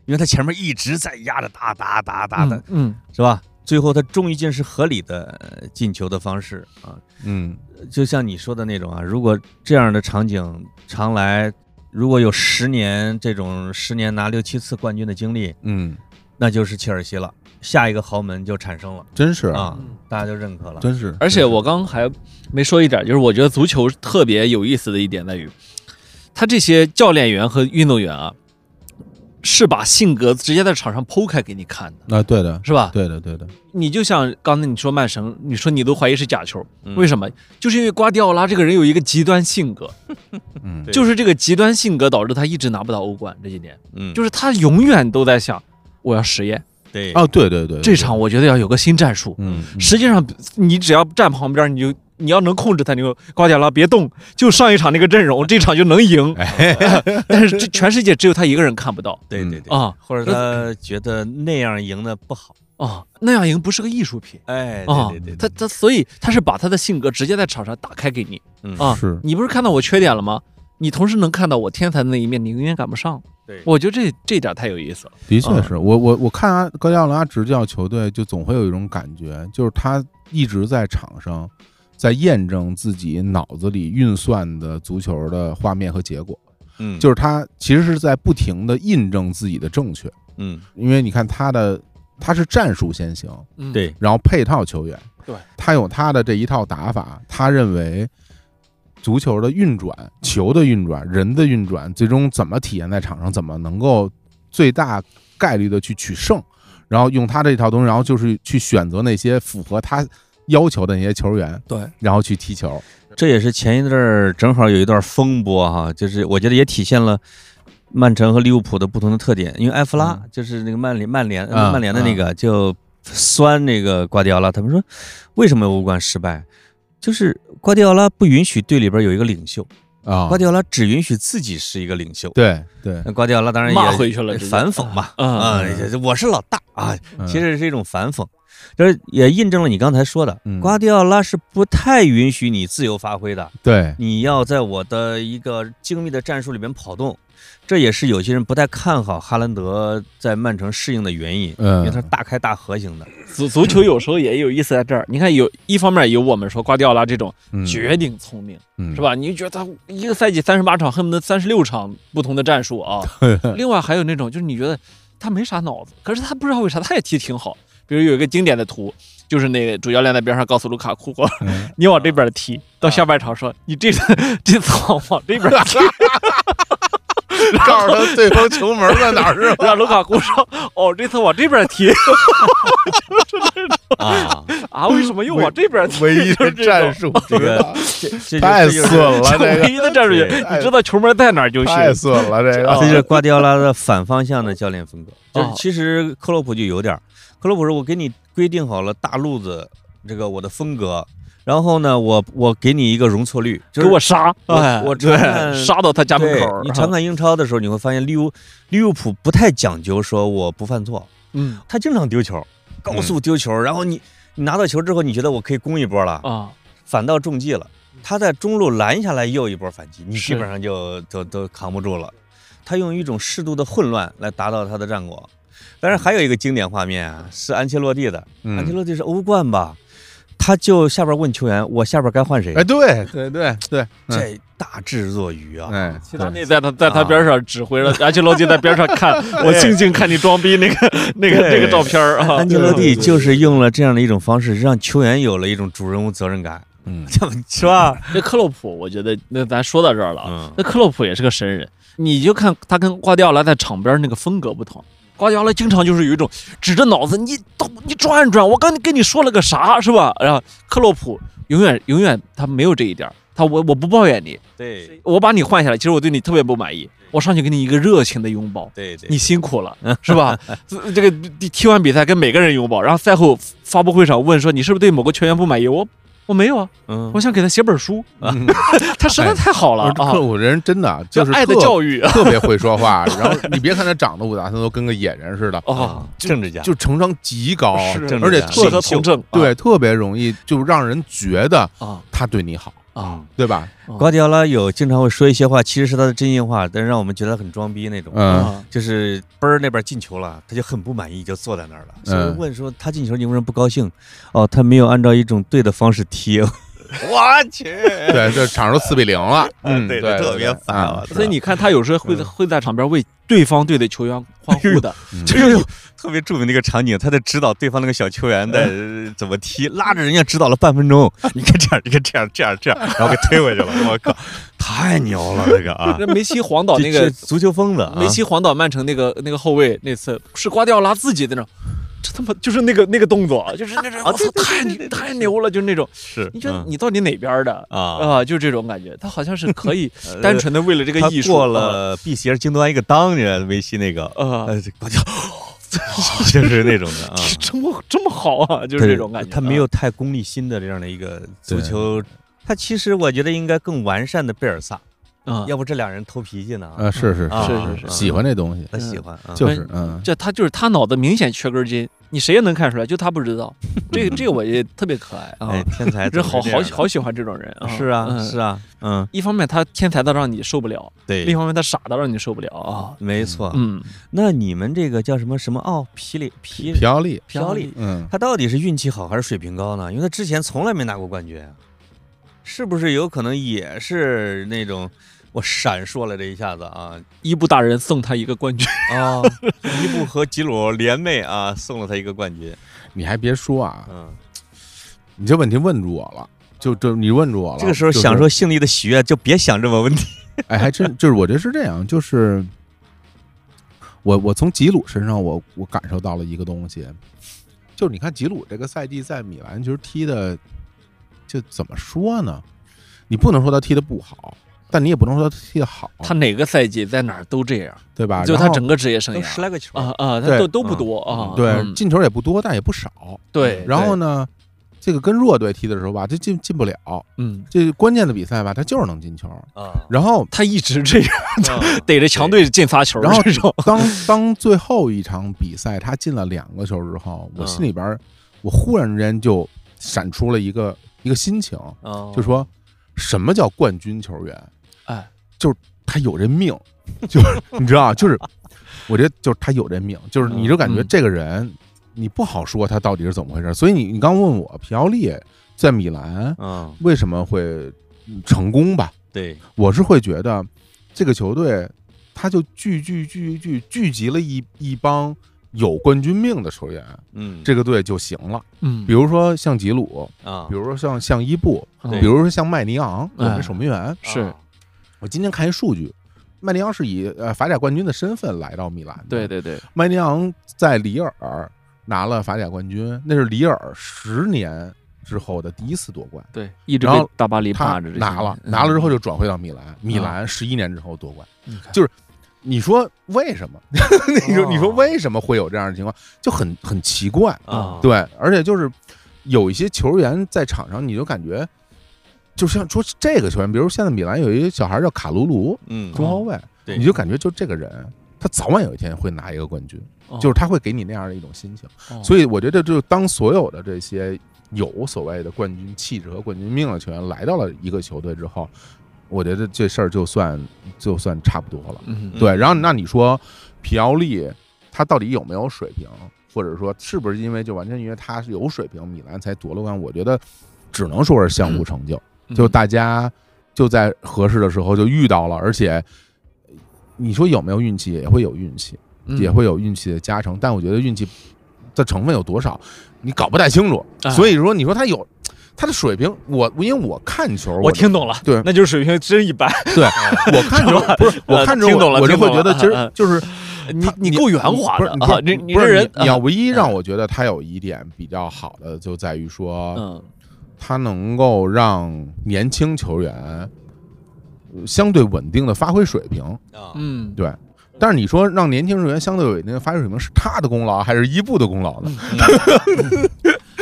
因为他前面一直在压着打打打打的，嗯，是吧？最后他终于进是合理的呃进球的方式啊，嗯，就像你说的那种啊，如果这样的场景常来，如果有十年这种十年拿六七次冠军的经历，嗯，那就是切尔西了，下一个豪门就产生了真是，啊嗯，大家就认可了。真是。而且真是我刚还没说一点，就是我觉得足球特别有意思的一点在于，他这些教练员和运动员啊，是把性格直接在场上剖开给你看的，啊，对的，是吧？对的，对的，你就像刚才你说曼城，你说你都怀疑是假球，嗯为什么？就是因为瓜迪奥拉这个人有一个极端性格，嗯，对就是这个极端性格导致他一直拿不到欧冠这几年，嗯，就是他永远都在想，我要实验对哦，对对对，对这场，我觉得要有个新战术，嗯，实际上，你只要站旁边，你就你要能控制他，你就瓜迪奥拉别动，就上一场那个阵容，这场就能赢。 但是这全世界只有他一个人看不到对对对啊或者他觉得那样赢的不好，啊，那样赢不是个艺术品哎，啊对对对，。他他所以他是把他的性格直接在场上打开给你嗯啊，是你不是看到我缺点了吗？你同时能看到我天才的那一面，你永远赶不上。对我觉得这这点太有意思了。的确是我我我看啊，格里奥拉执教球队，就总会有一种感觉，就是他一直在场上在验证自己脑子里运算的足球的画面和结果，嗯，就是他其实是在不停的印证自己的正确，嗯，因为你看他的他是战术先行，嗯，对，然后配套球员，对他有他的这一套打法，他认为。足球的运转、球的运转、人的运转，最终怎么体现在场上，怎么能够最大概率的去取胜，然后用他这套东西，然后就是去选择那些符合他要求的那些球员，对，然后去踢球。这也是前一阵儿正好有一段风波哈，就是我觉得也体现了曼城和利物浦的不同的特点，因为埃弗拉、就是那个曼联曼联、啊曼联的那个、就酸那个瓜迪奥拉，他们说为什么欧冠失败？就是瓜迪奥拉不允许队里边有一个领袖，啊瓜迪奥拉只允许自己是一个领袖。对对，那瓜迪奥拉当然也骂回去了，直接反讽嘛，嗯啊、我是老大啊，嗯其实是一种反讽，这也印证了你刚才说的嗯，瓜迪奥拉是不太允许你自由发挥的，对你要在我的一个精密的战术里面跑动，这也是有些人不太看好哈兰德在曼城适应的原因，因为嗯他是大开大合 型的，足足球有时候也有意思在这儿。你看有，一方面有我们说瓜迪奥拉这种嗯绝顶聪明，嗯是吧？你就觉得他一个赛季三十八场，恨不得三十六场不同的战术啊。另外还有那种，就是你觉得他没啥脑子，可是他不知道为啥他也踢挺好。比如有一个经典的图，就是那个主教练在边上告诉卢卡库， 嗯你往这边踢，到下半场说你这次这次往往这边踢，告诉他对方球门在哪儿是吧？让卢卡库说哦，这次往这边踢 啊，啊？为什么又往这边踢？ 唯一就的是这种战术，这个这这太这就是损了， 就这唯个一的战术，对你知道球门在哪儿就行。太损了，这啊个这就是瓜迪奥拉的反方向的教练风格。就是哦其实克洛普就有点儿，克洛普说我给你规定好了大路子，这个我的风格，然后呢，我我给你一个容错率，就给是我杀！我哎我 对常看杀到他家门对口儿。啊你常看英超的时候，你会发现利物利物浦不太讲究说我不犯错，嗯他经常丢球，高速丢球，然后你你拿到球之后，你觉得我可以攻一波了，啊，反倒中计了。他在中路拦下来又一波反击，你嗯是基本上就都都扛不住了。他用一种适度的混乱来达到他的战果。当然还有一个经典画面啊，是安切洛蒂的，安切嗯，洛蒂是欧冠吧，他就下边问球员，我下边该换谁？哎，对对对对，嗯这大智若愚啊！哎，齐达对内在他在他边上指挥了， 安切洛蒂在边上 看，我静静看你装逼那个那个那个照片儿啊。安切洛蒂就是用了这样的一种方式，让球员有了一种主人翁责任感，嗯，是吧？那克洛普，我觉得那咱说到这儿了啊，嗯那克洛普也是个神人，你就看他跟瓜迪奥拉在场边那个风格不同。瓜迪奥拉经常就是有一种指着脑子，你动你转一转，我刚跟你说了个啥是吧？然后克洛普永远永远他没有这一点儿，他我我不抱怨你，对我把你换下来，其实我对你特别不满意，我上去给你一个热情的拥抱，对对，你辛苦了，是 吧？这这个踢踢完比赛跟每个人拥抱，然后赛后发布会上问说你是不是对某个球员不满意？我我没有啊，嗯我想给他写本 书，嗯他实在太好了我这克啊！鲁人真的哎就是爱的特教 育啊特别会说话，然后你别看他长得五大三粗，跟个野人似的，哦，政治家就情商极高，是政治而且家适特合是从政，对特别容易就让人觉得啊他对你好，啊对吧？瓜迪奥拉有经常会说一些话，其实是他的真心话，但是让我们觉得很装逼那种。嗯啊！就是嘣儿那边进球了，他就很不满意，就坐在那儿了。所以问说他进球你为什么不高兴？哦，他没有按照一种对的方式踢。我去，对，这场上四比零了，嗯，对对，特别烦啊我所以你看，他有时候嗯会在会在场边为对方队的球员欢呼 的，嗯就是有特别著名的一个场景，他在指导对方那个小球员在嗯呃怎么踢，拉着人家指导了半分钟， 你看这样，你看这样，这样，这样，然后给推回去了。我靠，太牛了，这个啊！那梅西黄倒那这个这足球疯子啊，梅西黄倒曼城那个那个后卫那次是瓜迪奥拉自己的那种，这他妈就是那个那个动作，就是那种啊我操太牛太牛了，就是那种，是你觉得嗯你到底哪边儿的啊，呃啊？就这种感觉，他好 像是可以单纯的为了这个他艺术过了辟邪京端一个当，人家梅西那个，啊，呃，我就 就是那种 的啊。这么这么好啊，就是这种感觉。他没有太功利心的这样的一个足球。他其实我觉得应该更完善的贝尔萨，啊，嗯要不这俩人偷脾气呢？呃，是是啊是是是，是喜欢这东西，他喜欢啊，就是嗯，这他就是他脑子明显缺根筋，你谁也能看出来，就他不知 道。这个这个我也特别可爱哎啊，，天才这总是好好样的好喜欢这种人啊。是啊嗯是啊，嗯，一方面他天才到让你受不了，另一对，方面他傻到让你受不了啊。没错。嗯，那你们这个叫什么什么奥皮里皮朴奥利，朴利，嗯，他到底是运气好还是水平高呢？因为他之前从来没拿过冠军啊，是不是有可能也是那种我闪烁了这一下子啊，伊布大人送他一个冠军，啊，伊布和吉鲁联袂啊，送了他一个冠军。你还别说啊，嗯，你这问题问住我了。就就你问住我了，这个时候就是享受胜利的喜悦，就别想这么问题。哎，还真就是，我觉得是这样，就是我我从吉鲁身上我，我感受到了一个东西，就是你看吉鲁这个赛季在米兰其实踢的，就怎么说呢？你不能说他踢的不好，但你也不能说他踢得好，他哪个赛季在哪儿都这样，对啊吧？就然他后整个职业生 都十涯来个球，啊啊，他对都都不嗯多啊，对嗯进球也不多，但也不少。对，嗯然对后呢，这个跟弱队踢的时候吧，他进进不了，嗯，这关键的比赛吧，他就是能进球。啊，然后，他一直这样嗯逮着强队进罚球，然后这种当当最后一场比赛他进了两个球之后，嗯我心里边儿，我忽然之间就闪出了一个一个心情，嗯哦就说什么叫冠军球员？哎，就是他有这命，就是你知道，啊就是我觉得就是他有这命，就是你就感觉嗯这个人你不好说他到底是怎么回事。所以你你刚问我皮奥利在米兰嗯，为什么会成功吧？对，我是会觉得这个球队，他就聚聚聚聚聚集了一一帮有冠军命的球员，嗯，这个队就行了。嗯比如说像吉鲁，啊比，如说像像伊布，对比如说像麦尼昂，我嗯哎们守门员。是啊我今天看一数据，麦尼昂是以呃法甲冠军的身份来到米兰的。对，对对，麦尼昂在里尔拿了法甲冠军，那是里尔十年之后的第一次夺冠。对，一直然被后大巴黎他霸着这些嗯年，拿了，拿了之后就就转回到米兰，米兰十一年之后夺冠。就你说为什么？ 你说你说为什么会有这样的情况？就很很奇怪，啊，对，而且就是有一些球员在场上，你就感觉就像说这个球员，比如现在米兰有一个小孩叫卡卢卢，嗯，中后卫，对你就感觉就这个人，他早晚有一天会拿一个冠军，就是他会给你那样的一种心情。所以以我觉得，就当所有的这些有所谓的冠军气质和冠军命的球员来到了一个球队之后，我觉得这事儿就算就算差不多了。嗯对，然后那你说皮奥利他到底有没有水平，或者说是不是因为就完全因为他是有水平，米兰才夺了冠？我觉得只能说是相互成就，嗯就大家就在合适的时候就遇到了，而且你说有没有运气，也会有运气，嗯也会有运气的加成，但我觉得运气的成分有多少，你搞不太清楚。哎所以说，你说他有他的水平，我因为我看球，我听懂了，对那就是水平真一般， 我看球不是我呃看球，听懂了我就听会懂了觉得其嗯实嗯就是。你他你够圆滑不的是啊，你这不你不这是人你你要啊唯一让我觉得他有一点比较好的，就在于说嗯他能够让年轻球员呃相对稳定的发挥水平。啊，嗯 对但是你说让年轻球员相对稳定的发挥水平是他的功劳还是伊布的功劳呢？嗯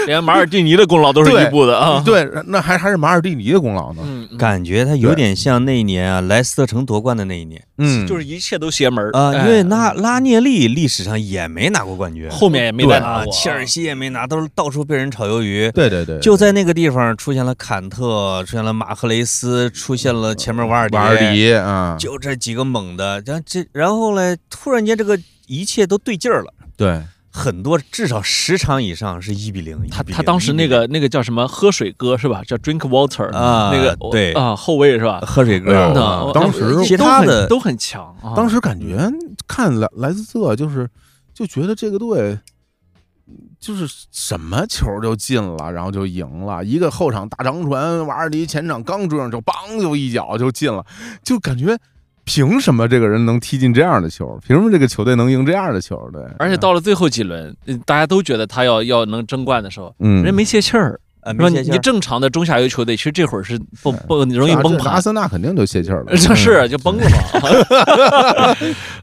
连马尔蒂尼的功劳都是对伊布的啊，对，那还还是马尔蒂尼的功劳呢？嗯，嗯感觉他有对点像那一年啊，莱斯特城夺冠的那一年嗯，就是一切都邪门儿啊、哎因为那拉涅利历史上也没拿过冠军，后面也没对再拿啊，过切尔西也没拿，都是到处被人炒鱿鱼。对对对，就在那个地方出现了坎特，出现了马赫雷斯，出现了前面瓦尔迪，瓦尔迪啊，就这几个猛的，然后这然后嘞，突然间这个一切都对劲儿了，对啊很多至少十场以上是一比零。他1比0他当时那个那个叫什么喝水哥是吧？叫 drink water 啊那个对啊后卫是吧？喝水哎呦哥，那啊当时那其都他很的都很强啊，当时感觉看莱莱斯特就是就觉得这个队就是什么球就进了，然后就赢了，一个后场大长传，瓦尔迪前场刚追上就梆就一脚就进了，就感觉凭什么这个人能踢进这样的球？凭什么这个球队能赢这样的球队？而且到了最后几轮，呃大家都觉得他要要能争冠的时候，嗯，人没泄气儿，呃，是吧？没你歇气你儿嗯正常的中下游球队，其实这会儿是不不容易啊崩这阿盘，森纳肯定就泄气儿了，嗯这是 啊就崩了嘛。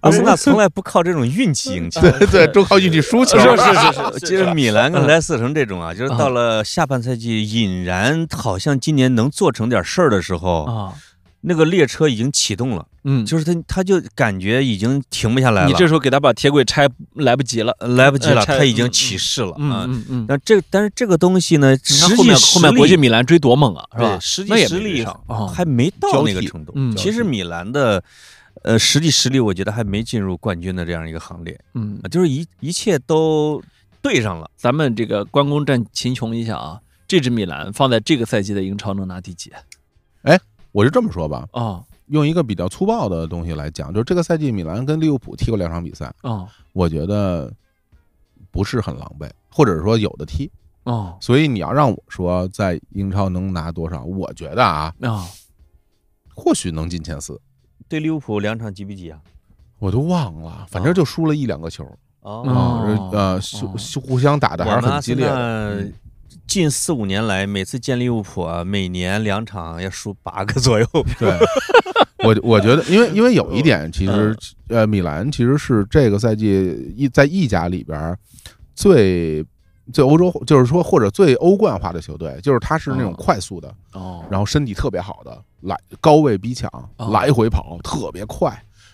阿森纳从来啊不靠这种运气赢球。对对，就靠运气输球。是是 是是， 嗯就是米兰跟莱斯特城这种啊，就是到了下半赛季，引燃好像今年能做成点事儿的时 候，啊，那个列车已经启动了，嗯，就是他他就感觉已经停不下来了，你这时候给他把铁轨拆来不及了，呃来不及了，呃拆他已经起势了啊。嗯嗯嗯。那这但是这个东西呢，你看实后际面实后面国际力米兰追多猛啊，是吧对？实那际也实没追力上啊，还没到交那个替程度。嗯其实米兰的呃实际实力，我觉得还没进入冠军的这样一个行列，嗯啊，就是一一切都对上了。咱们这个关公战秦琼一下啊，这支米兰放在这个赛季的英超能拿第几啊？我就这么说吧，哦用一个比较粗暴的东西来讲，就是这个赛季米兰跟利物浦踢过两场比赛，哦我觉得不是很狼狈，或者说有的踢。哦所以你要让我说在英超能拿多少，我觉得啊，哦，或许能进前四，对利物浦两场几比几啊？我都忘了，反正就输了一两个球哦嗯啊啊，呃，是哦是互相打的还我是们阿很激森烈纳的。嗯近四五年来，每次见利物浦啊，每年两场要输八个左右。 对，我我觉得，因为因为有一点，其实嗯呃，米兰其实是这个赛季意在意甲里边儿最最欧洲，就是说或者最欧冠化的球队，就是他是那种哦快速的，哦，然后身体特别好的，来高位逼抢，哦来回跑特别快，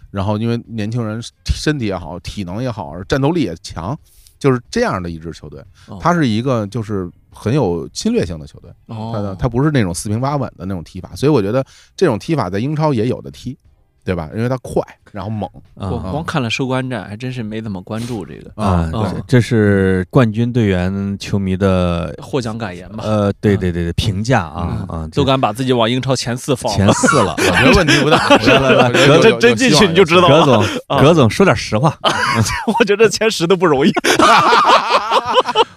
然后因为年轻人身体也好，体能也好，战斗力也强，就是这样的一支球队哦，它是一个就是很有侵略性的球队。他的哦，他不是那种四平八稳的那种踢法，所以我觉得这种踢法在英超也有的踢，对吧？因为他快，然后猛我啊光看了收官战，还真是没怎么关注这个啊，啊这这是冠军队员球迷的获奖感言吧，呃，对对对对，评价啊啊，嗯都敢把自己往英超前四放前了，四了。啊我觉得问题 不大。这这这真进去你就知道葛了。啊总，葛总说点 实话， 我觉得前十都不容易。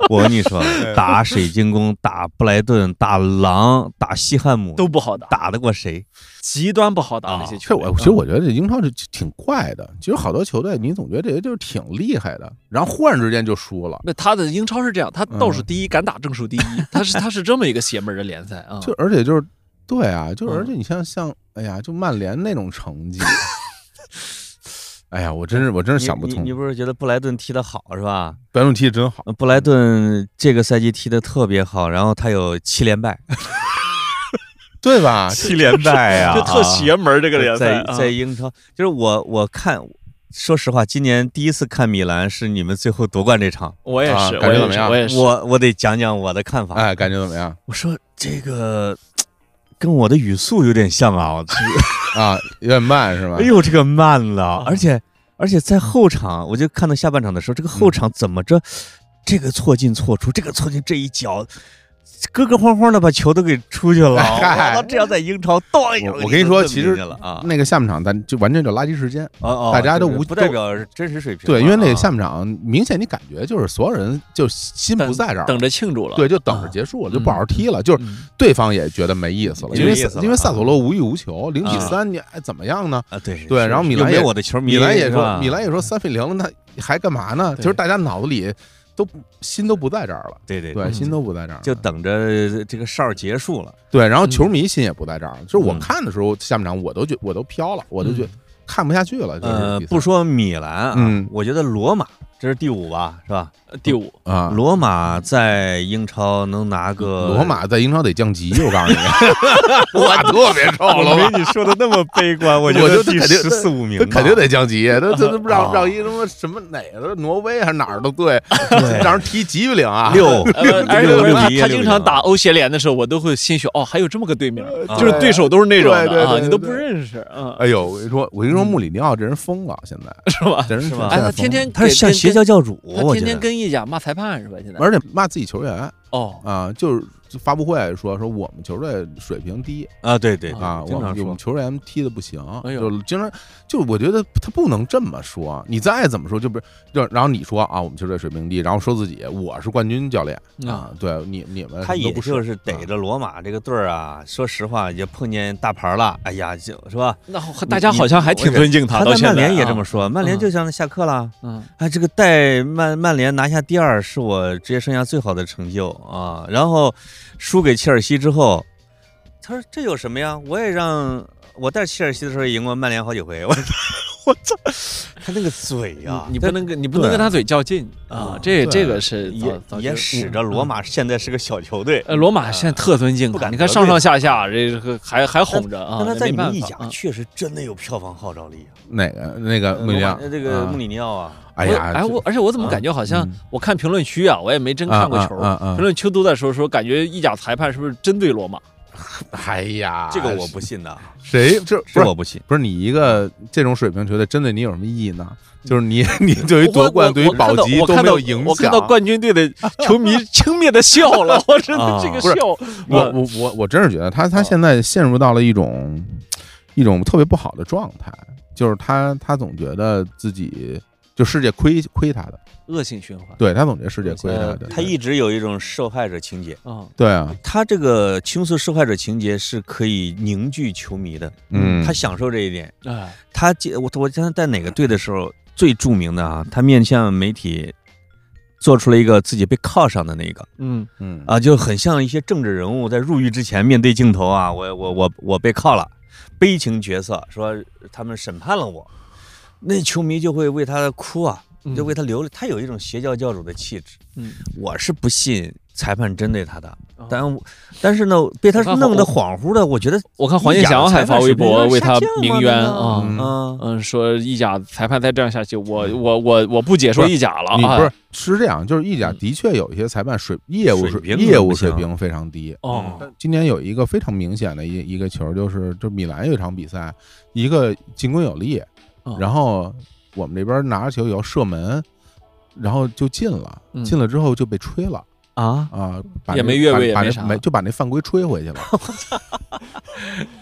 我跟你说， 打水晶宫、打布莱顿、打狼、打西汉姆，都不好打，打得过谁？极端不好打那些其实球嗯我队。其实我觉哦得这英超就挺怪的，其实好多球队你总觉得这些就是挺厉害的，然后忽然之间就输了。那他的英超是这样，他倒数嗯第一，敢打正数第一，他是他是这么一个邪门儿的联赛啊。就而且就是对啊，就是嗯而且你像像哎呀，就曼联那种成绩， 哎呀，我真是我真是想不你通你。你不是觉得布莱顿踢得好是吧？白龙踢的真好，呃布莱顿这个赛季踢得特别好，然后他有七连 败，啊对吧？七连败呀就特邪门儿这个联赛啊在啊在英超，就是我我看，说实话，今年第一次看米兰是你们最后夺冠这场，我也啊是，感觉我也怎么是，样我也是，我我得讲讲我的看法。哎，感觉怎么样我说这个跟我的语速有点像啊，我去，啊？有点慢是吧？哎呦这个慢啊了，而且而且在后场，我就看到下半场的时候，这个后场怎么着，嗯这个错进错出，这个错进这一脚。咯咯慌慌的把球都给出去了， 嗨哇这要在英超，咣一下我就我跟你说蹬其实进去了啊，那个下半场咱就完全就垃圾时间。哦哦大家都就是无不代都表真实水平嘛啊。对，因为那个下半场明显你感觉就是所有人就心不在这儿，等着庆祝了。对，就等着结束了，啊就不好好踢了，就是嗯，对方也觉得没意思了，因为没意思萨了因为啊萨索洛无欲无求，零比三你哎怎么样呢？啊，对对是然后米又兰没也我的球迷，米兰也是说吧米兰也说三比零，那还干嘛呢？对就是大家脑子里都心都不在这儿了，对对对，嗯心都不在这儿了，就等着这个哨儿结束了。对，然后嗯球迷心也不在这儿了。就是我嗯看的时候，下半场我都觉我都飘了，我都觉得看不下去了，就是呃比，赛不说米兰啊，嗯我觉得罗马这是第五吧，是吧？呃第 五，啊，罗马在英超能拿个罗，马在英超得降级，我告诉你，我特别臭我罗马没你说的那么悲 观，我觉我觉得得第肯定十四五名他吧，肯定得降级，他他他让啊让一什么什么哪个挪威还是哪儿都对，对 让人踢级别领啊，六呃而且六不是六他比一，他六经比常零打欧协联的时候，我都会心血哦，还有这么个队名儿，呃就是对手都是那种对对的啊，对对你都不认识，嗯，哎呦，我跟你说，我跟你说，穆里尼奥这人疯了，现在是吧？这人是吧哎，现在他天疯了天他是给像跟邪跟教教主，他我天觉天得跟意甲骂裁判是吧？现在而且骂自己球员哦，啊，就是发布会说说我们球队水平低啊，对对对啊，经我常们我说们。球员踢的不行，哎呦就经常就我觉得他不能这么说，啊你再怎么说就不是就然后你说啊，我们球队水平低，然后说自己我是冠军教练啊，对你你们他什么也都不就是逮着罗马这个队儿啊，说实话也碰见大牌儿了，哎呀，就是吧？那后大家好像还挺尊敬他到在现在曼联也啊这么，说，曼联嗯就像下课了，嗯，哎，这个带曼曼联拿下第二是我职业生涯最好的成就啊。然后输给切尔西之后，他说这有什么呀？我也让我带切尔西的时候也赢过曼联好几回，我我操，他那个嘴呀、你你不能跟你不能跟他嘴较劲啊啊，这对这个是早也早就嗯也使着罗马现在是个小球队，呃，罗马现在特尊敬不他，敢你看得上罪上下下这个还还哄着啊，但他那在没你办们意法甲啊确实真的有票房号召力啊。哪个那个穆里尼奥呃这个啊穆里尼奥啊，哎我呀，哎这我，而且我怎么啊感觉好像嗯我看评论区啊，我也没真看过球啊啊啊啊儿，评论区都在说说，感觉意甲裁判是不是针对罗马？哎呀， 这个我不信的，谁这这不是我不信。不是你一个这种水平球队，针对你有什么意义呢？就 是你你对于夺冠、我对于我看保到级我都看没到有影响。啊我看到冠军队的球迷 轻蔑的笑 了，我真的啊这个不是笑，我我我我真是觉得他他啊现在陷入到了一种一种特别不好的状态，就是他他总觉得自己就世界亏亏他的，恶性循环。对他总觉得世界亏他呃的，，他一直有一种受害者情节，啊，对啊，他这个倾诉受害者情节是可以凝聚球迷的，嗯，他享受这一点。哎，他记我我现在在哪个队的时候最著名的啊，他面向媒体做出了一个自己被铐上的那个嗯嗯啊，就很像一些政治人物在入狱之前面对镜头啊，我我我我被铐了，悲情角色说他们审判了我，那球迷就会为他哭啊，就为他流泪，他有一种邪教教主的气质。嗯，我是不信裁判针对他的啊哦，但我但是呢，被他我看弄得我恍惚的，我觉得我看黄健翔还发微博为他鸣冤嗯啊。啊，嗯，说意甲裁判再这样下去，我我我我不解说意甲了你啊！不是是这样，就是意甲的确有一些裁判水业务水水平业务不行水平非常低。哦但今年有一个非常明显的一一个球，就是就米兰有一场比赛，一个进攻有力哦，嗯然后我们这边拿着球以后射门，然后就进了，嗯进了之后就被吹了啊，啊，把也那没越把位也把没那啥没就把那犯规吹回去 了，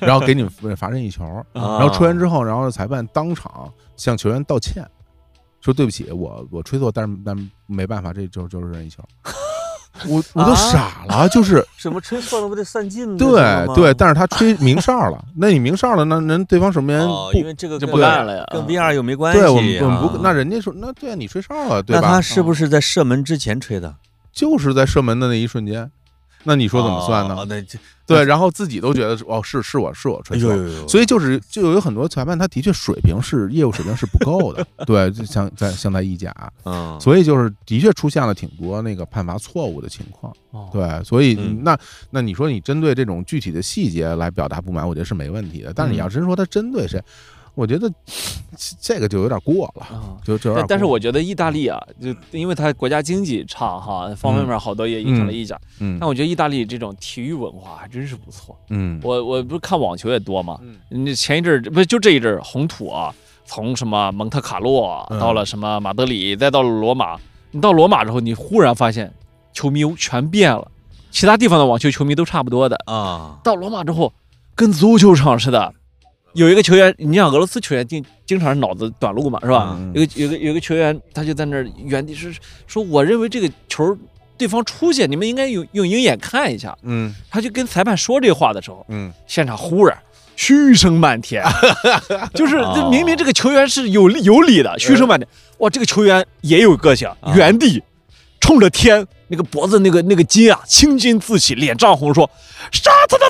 然后给你们罚任意球，然啊然后吹啊完之后，然后裁判当场向球员道歉，说对不起，我我吹错，但是但没办法，这就就是任意 球。我我都傻了，就是什么吹错了不得算进的那对个吗对，但是他吹鸣哨了，那你鸣哨了，那人对方守门员哦，因不为这个就跟不干了呀跟啊 VR 又没关系啊。对我们我们不，那人家说那对啊，你吹哨了，对那吧嗯他？是不是在射门之前吹的？就是在射门的那一瞬间，那你说怎么算哦呢？那这哎对，然后自己都觉得是哦，是是我是我吹错了，呦所以就是就有很多裁判，他的确水平是业务水平是不够 的，对，就像在像在意甲，嗯，所以就是的确出现了挺多那个判罚错误的情况，哦对，所以嗯那那你说你针对这种具体的细节来表达不满，我觉得是没问题的，但嗯是你要真说他针对谁，我觉得这这个就有点过了，啊就就但有点过嗯但是我觉得意大利啊，就因为它国家经济差哈，方方面面好多也影响了意甲。嗯但我觉得意大利这种体育文化还真是不错。嗯我我不是看网球也多嘛，嗯你前一阵儿不是就这一阵儿红土啊，从什么蒙特卡洛嗯到了什么马德里，再到了罗马。你到罗马之后，你忽然发现球迷全变了，其他地方的网球球迷都差不多的。啊，到罗马之后，跟足球场似的。有一个球员，你像俄罗斯球员经经常是脑子短路嘛，是吧？嗯有个有个有个球员，他就在那儿原地是说，我认为这个球对方出去，你们应该用用鹰眼看一下。嗯他就跟裁判说这话的时候，嗯现场忽然嘘声漫 天，就是这明明这个球员是有理有理的，哦嘘声漫天。哇，这个球员也有个性，啊原地冲着天，那个脖子那个那个筋啊，青筋自起，脸涨红，说杀他的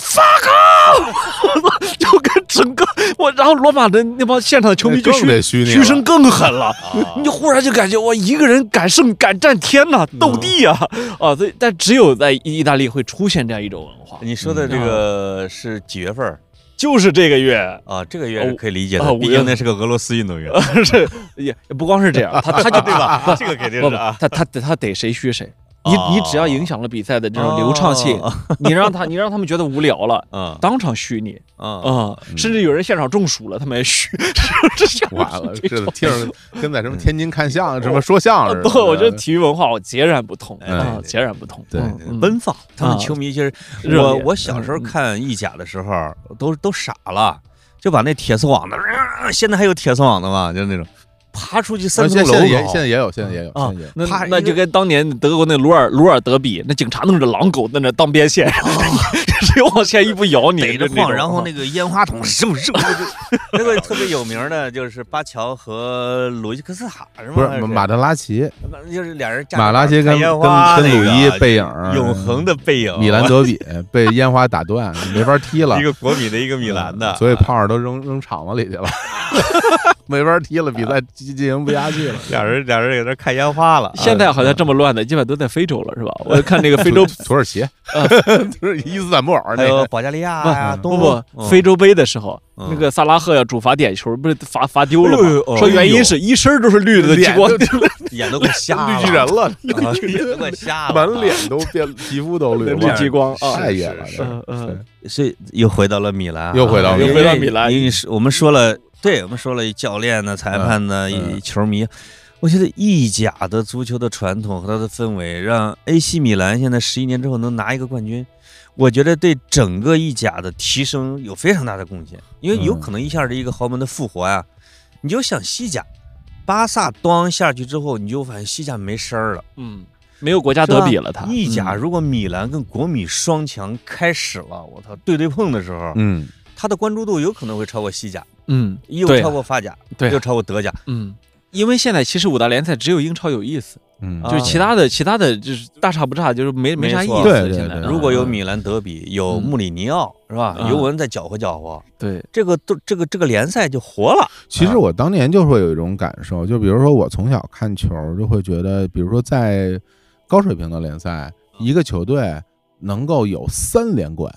fuck！就 跟整个我，然后罗马的那帮现场的球迷就那更得嘘虚你了嘘声更狠了。你就忽然就感觉我一个人敢胜敢战天呐，斗地呀啊！所以，但只有在意大利会出现这样一种文化，你说的嗯这啊个是几月份儿就是这个月啊？这个月是哦可以理解哦的，五毕月竟那是个俄罗斯运 动员，是也也不光是这样，他他就对吧？这个肯定不不，是啊。他他他逮谁虚谁。你你只要影响了比赛的这种流畅性哦， 你让他你让他们觉得无聊了，嗯当场虚你嗯，啊！甚至有人现场中暑了，他们也虚，这下完了， 这这听着跟在什么天津看相什么说相声似的，嗯不，我觉得体育文化我截然不同哎啊，对截然不同。对嗯嗯奔放，他啊们球迷就是热我烈我小时候看意甲的时候，都都傻了，就把那铁丝网的，啊现在还有铁丝网的吗？就是那种爬出去三现层在楼现在也高现在也有，现嗯在也有，啊现在也有。那啪那一个就跟当年德国那鲁尔鲁尔德比，那警察弄着狼狗在那当边线， 谁往前一步咬你，逮着就那种晃，啊然后那个烟花筒扔扔， 那个特别有名的就是巴乔和鲁伊克斯塔是吗？不还是马德拉齐，就是俩人马拉齐街跟跟跟鲁伊背影儿，啊永恒的背影，米兰德比被烟花打断，没法踢了一。个国米的，一个米兰的，所以胖儿都扔扔场子里去了， 没法踢了，比赛进进行不下去了。俩人俩人在那看烟花了。现在好像这么乱的，基本都在非洲了，是吧？我看那个 非洲土土耳其，就是伊斯坦布尔还那有个，保加利亚不呀，不东欧不，非洲杯的时候，嗯那个萨拉赫要主罚点球，不是罚罚丢了哎呦吗？哦说原因是一身都是绿的，结脸果都 眼都快瞎了，绿巨人了，啊，眼都快 瞎了，啊满脸都变皮肤都绿绿了，激光啊！太野了，是这嗯嗯，所以又回到了米兰啊，又回到米兰因为又回到米兰因为是我们说了，对我们说了教练呢、裁判呢、嗯嗯球迷，我觉得意甲的足球的传统和它的氛围，让 AC 米兰现在十一年之后能拿一个冠军，我觉得对整个意甲的提升有非常大的贡献，因为有嗯可能一下这一个豪门的复活啊，你就想西甲。巴萨当下去之后，你就发现西甲没声儿了。嗯，没有国家德比了，他意甲嗯如果米兰跟国米双强开始了，我操，对对碰的时候，嗯，他的关注度有可能会超过西甲，嗯又对啊超过法甲，对啊又超过德甲。嗯因为现在其实五大联赛只有英超有意思，嗯啊就是其他的其他的就是大差不差，就是没没啥意没错思。对对现在对啊如如果有米兰德比，有嗯穆里尼奥，是吧？嗯尤文再搅和搅和，对这个都这个这个联赛就活了。其实我当年就会有一种感受，就比如说我从小看球，就会觉得，比如说在高水平的联啊赛，一个球队能够有三连冠，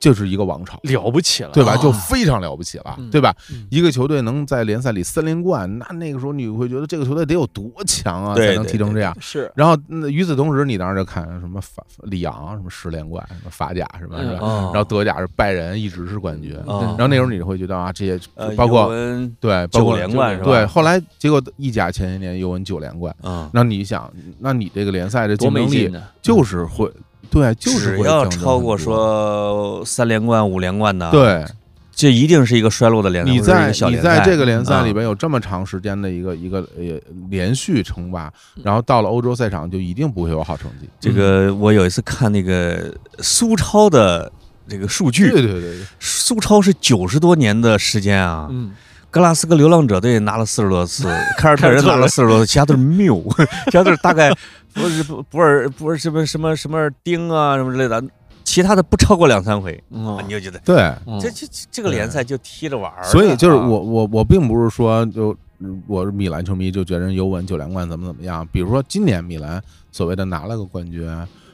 就是一个王朝，了不起了，对吧？啊就非常了不起了嗯，对吧嗯？一个球队能在联赛里三连冠，那那个时候你会觉得这个球队得有多强啊，对才能对踢成这对样。是然后嗯与此同时，你当时就看什么法里昂什么十连冠，什么法甲什么是嗯吧？啊然后德甲是拜仁一直是冠军，嗯啊然后那时候你就会觉得啊，这些呃，包括尤文对，包九括连冠是吧？对，，后来结果意甲前些年尤文九连冠，嗯，那你想，那你这个联赛的多竞没争劲力呢。就是会，对，就是只会要竞争超很过多，说三连冠、五连冠的，，对，这一定是一个衰落的联赛，你或者是一在个小你联在赛。这个联赛嗯里边有这么长时间的一个一个呃连续称霸嗯，然后到了欧洲赛场就一定不会有好成绩。这个我有一次看那个苏超的这个数对据，对对对，苏超是九十多年的时间啊，嗯，格拉斯哥流浪者队拿了四十多次，凯尔特人拿了四十多次，其他都是谬，其他都是大概不是不不是不是什么什么什么丁啊什么之类的，其他的不超过两三回，啊嗯你就觉得对，嗯这这这这个联赛就踢着玩儿的，所以就是啊我我我并不是说就嗯我是米兰球迷就觉得人尤文九连冠怎么怎么样，比如说今年米兰所谓的拿了个冠军，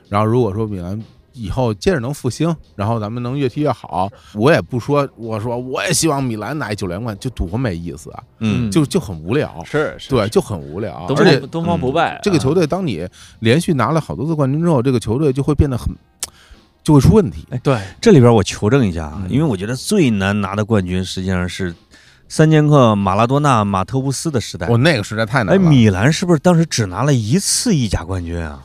然后如果说米兰。以后接着能复兴，然后咱们能越踢越好。我也不说，我说我也希望米兰拿一九连冠，就多没意思啊，嗯嗯就就很无聊，是是对，就很无聊。东啊而且嗯方东方不败啊这个球队，当你连续拿了好多次冠军之后，这个球队就会变得很，就会出问题。对这里边我求证一下啊，嗯因为我觉得最难拿的冠军实际上是三剑客马拉多纳、马特乌斯的时代我。那个实在太难哎，了，米兰是不是当时只拿了一次意甲冠军嗯啊？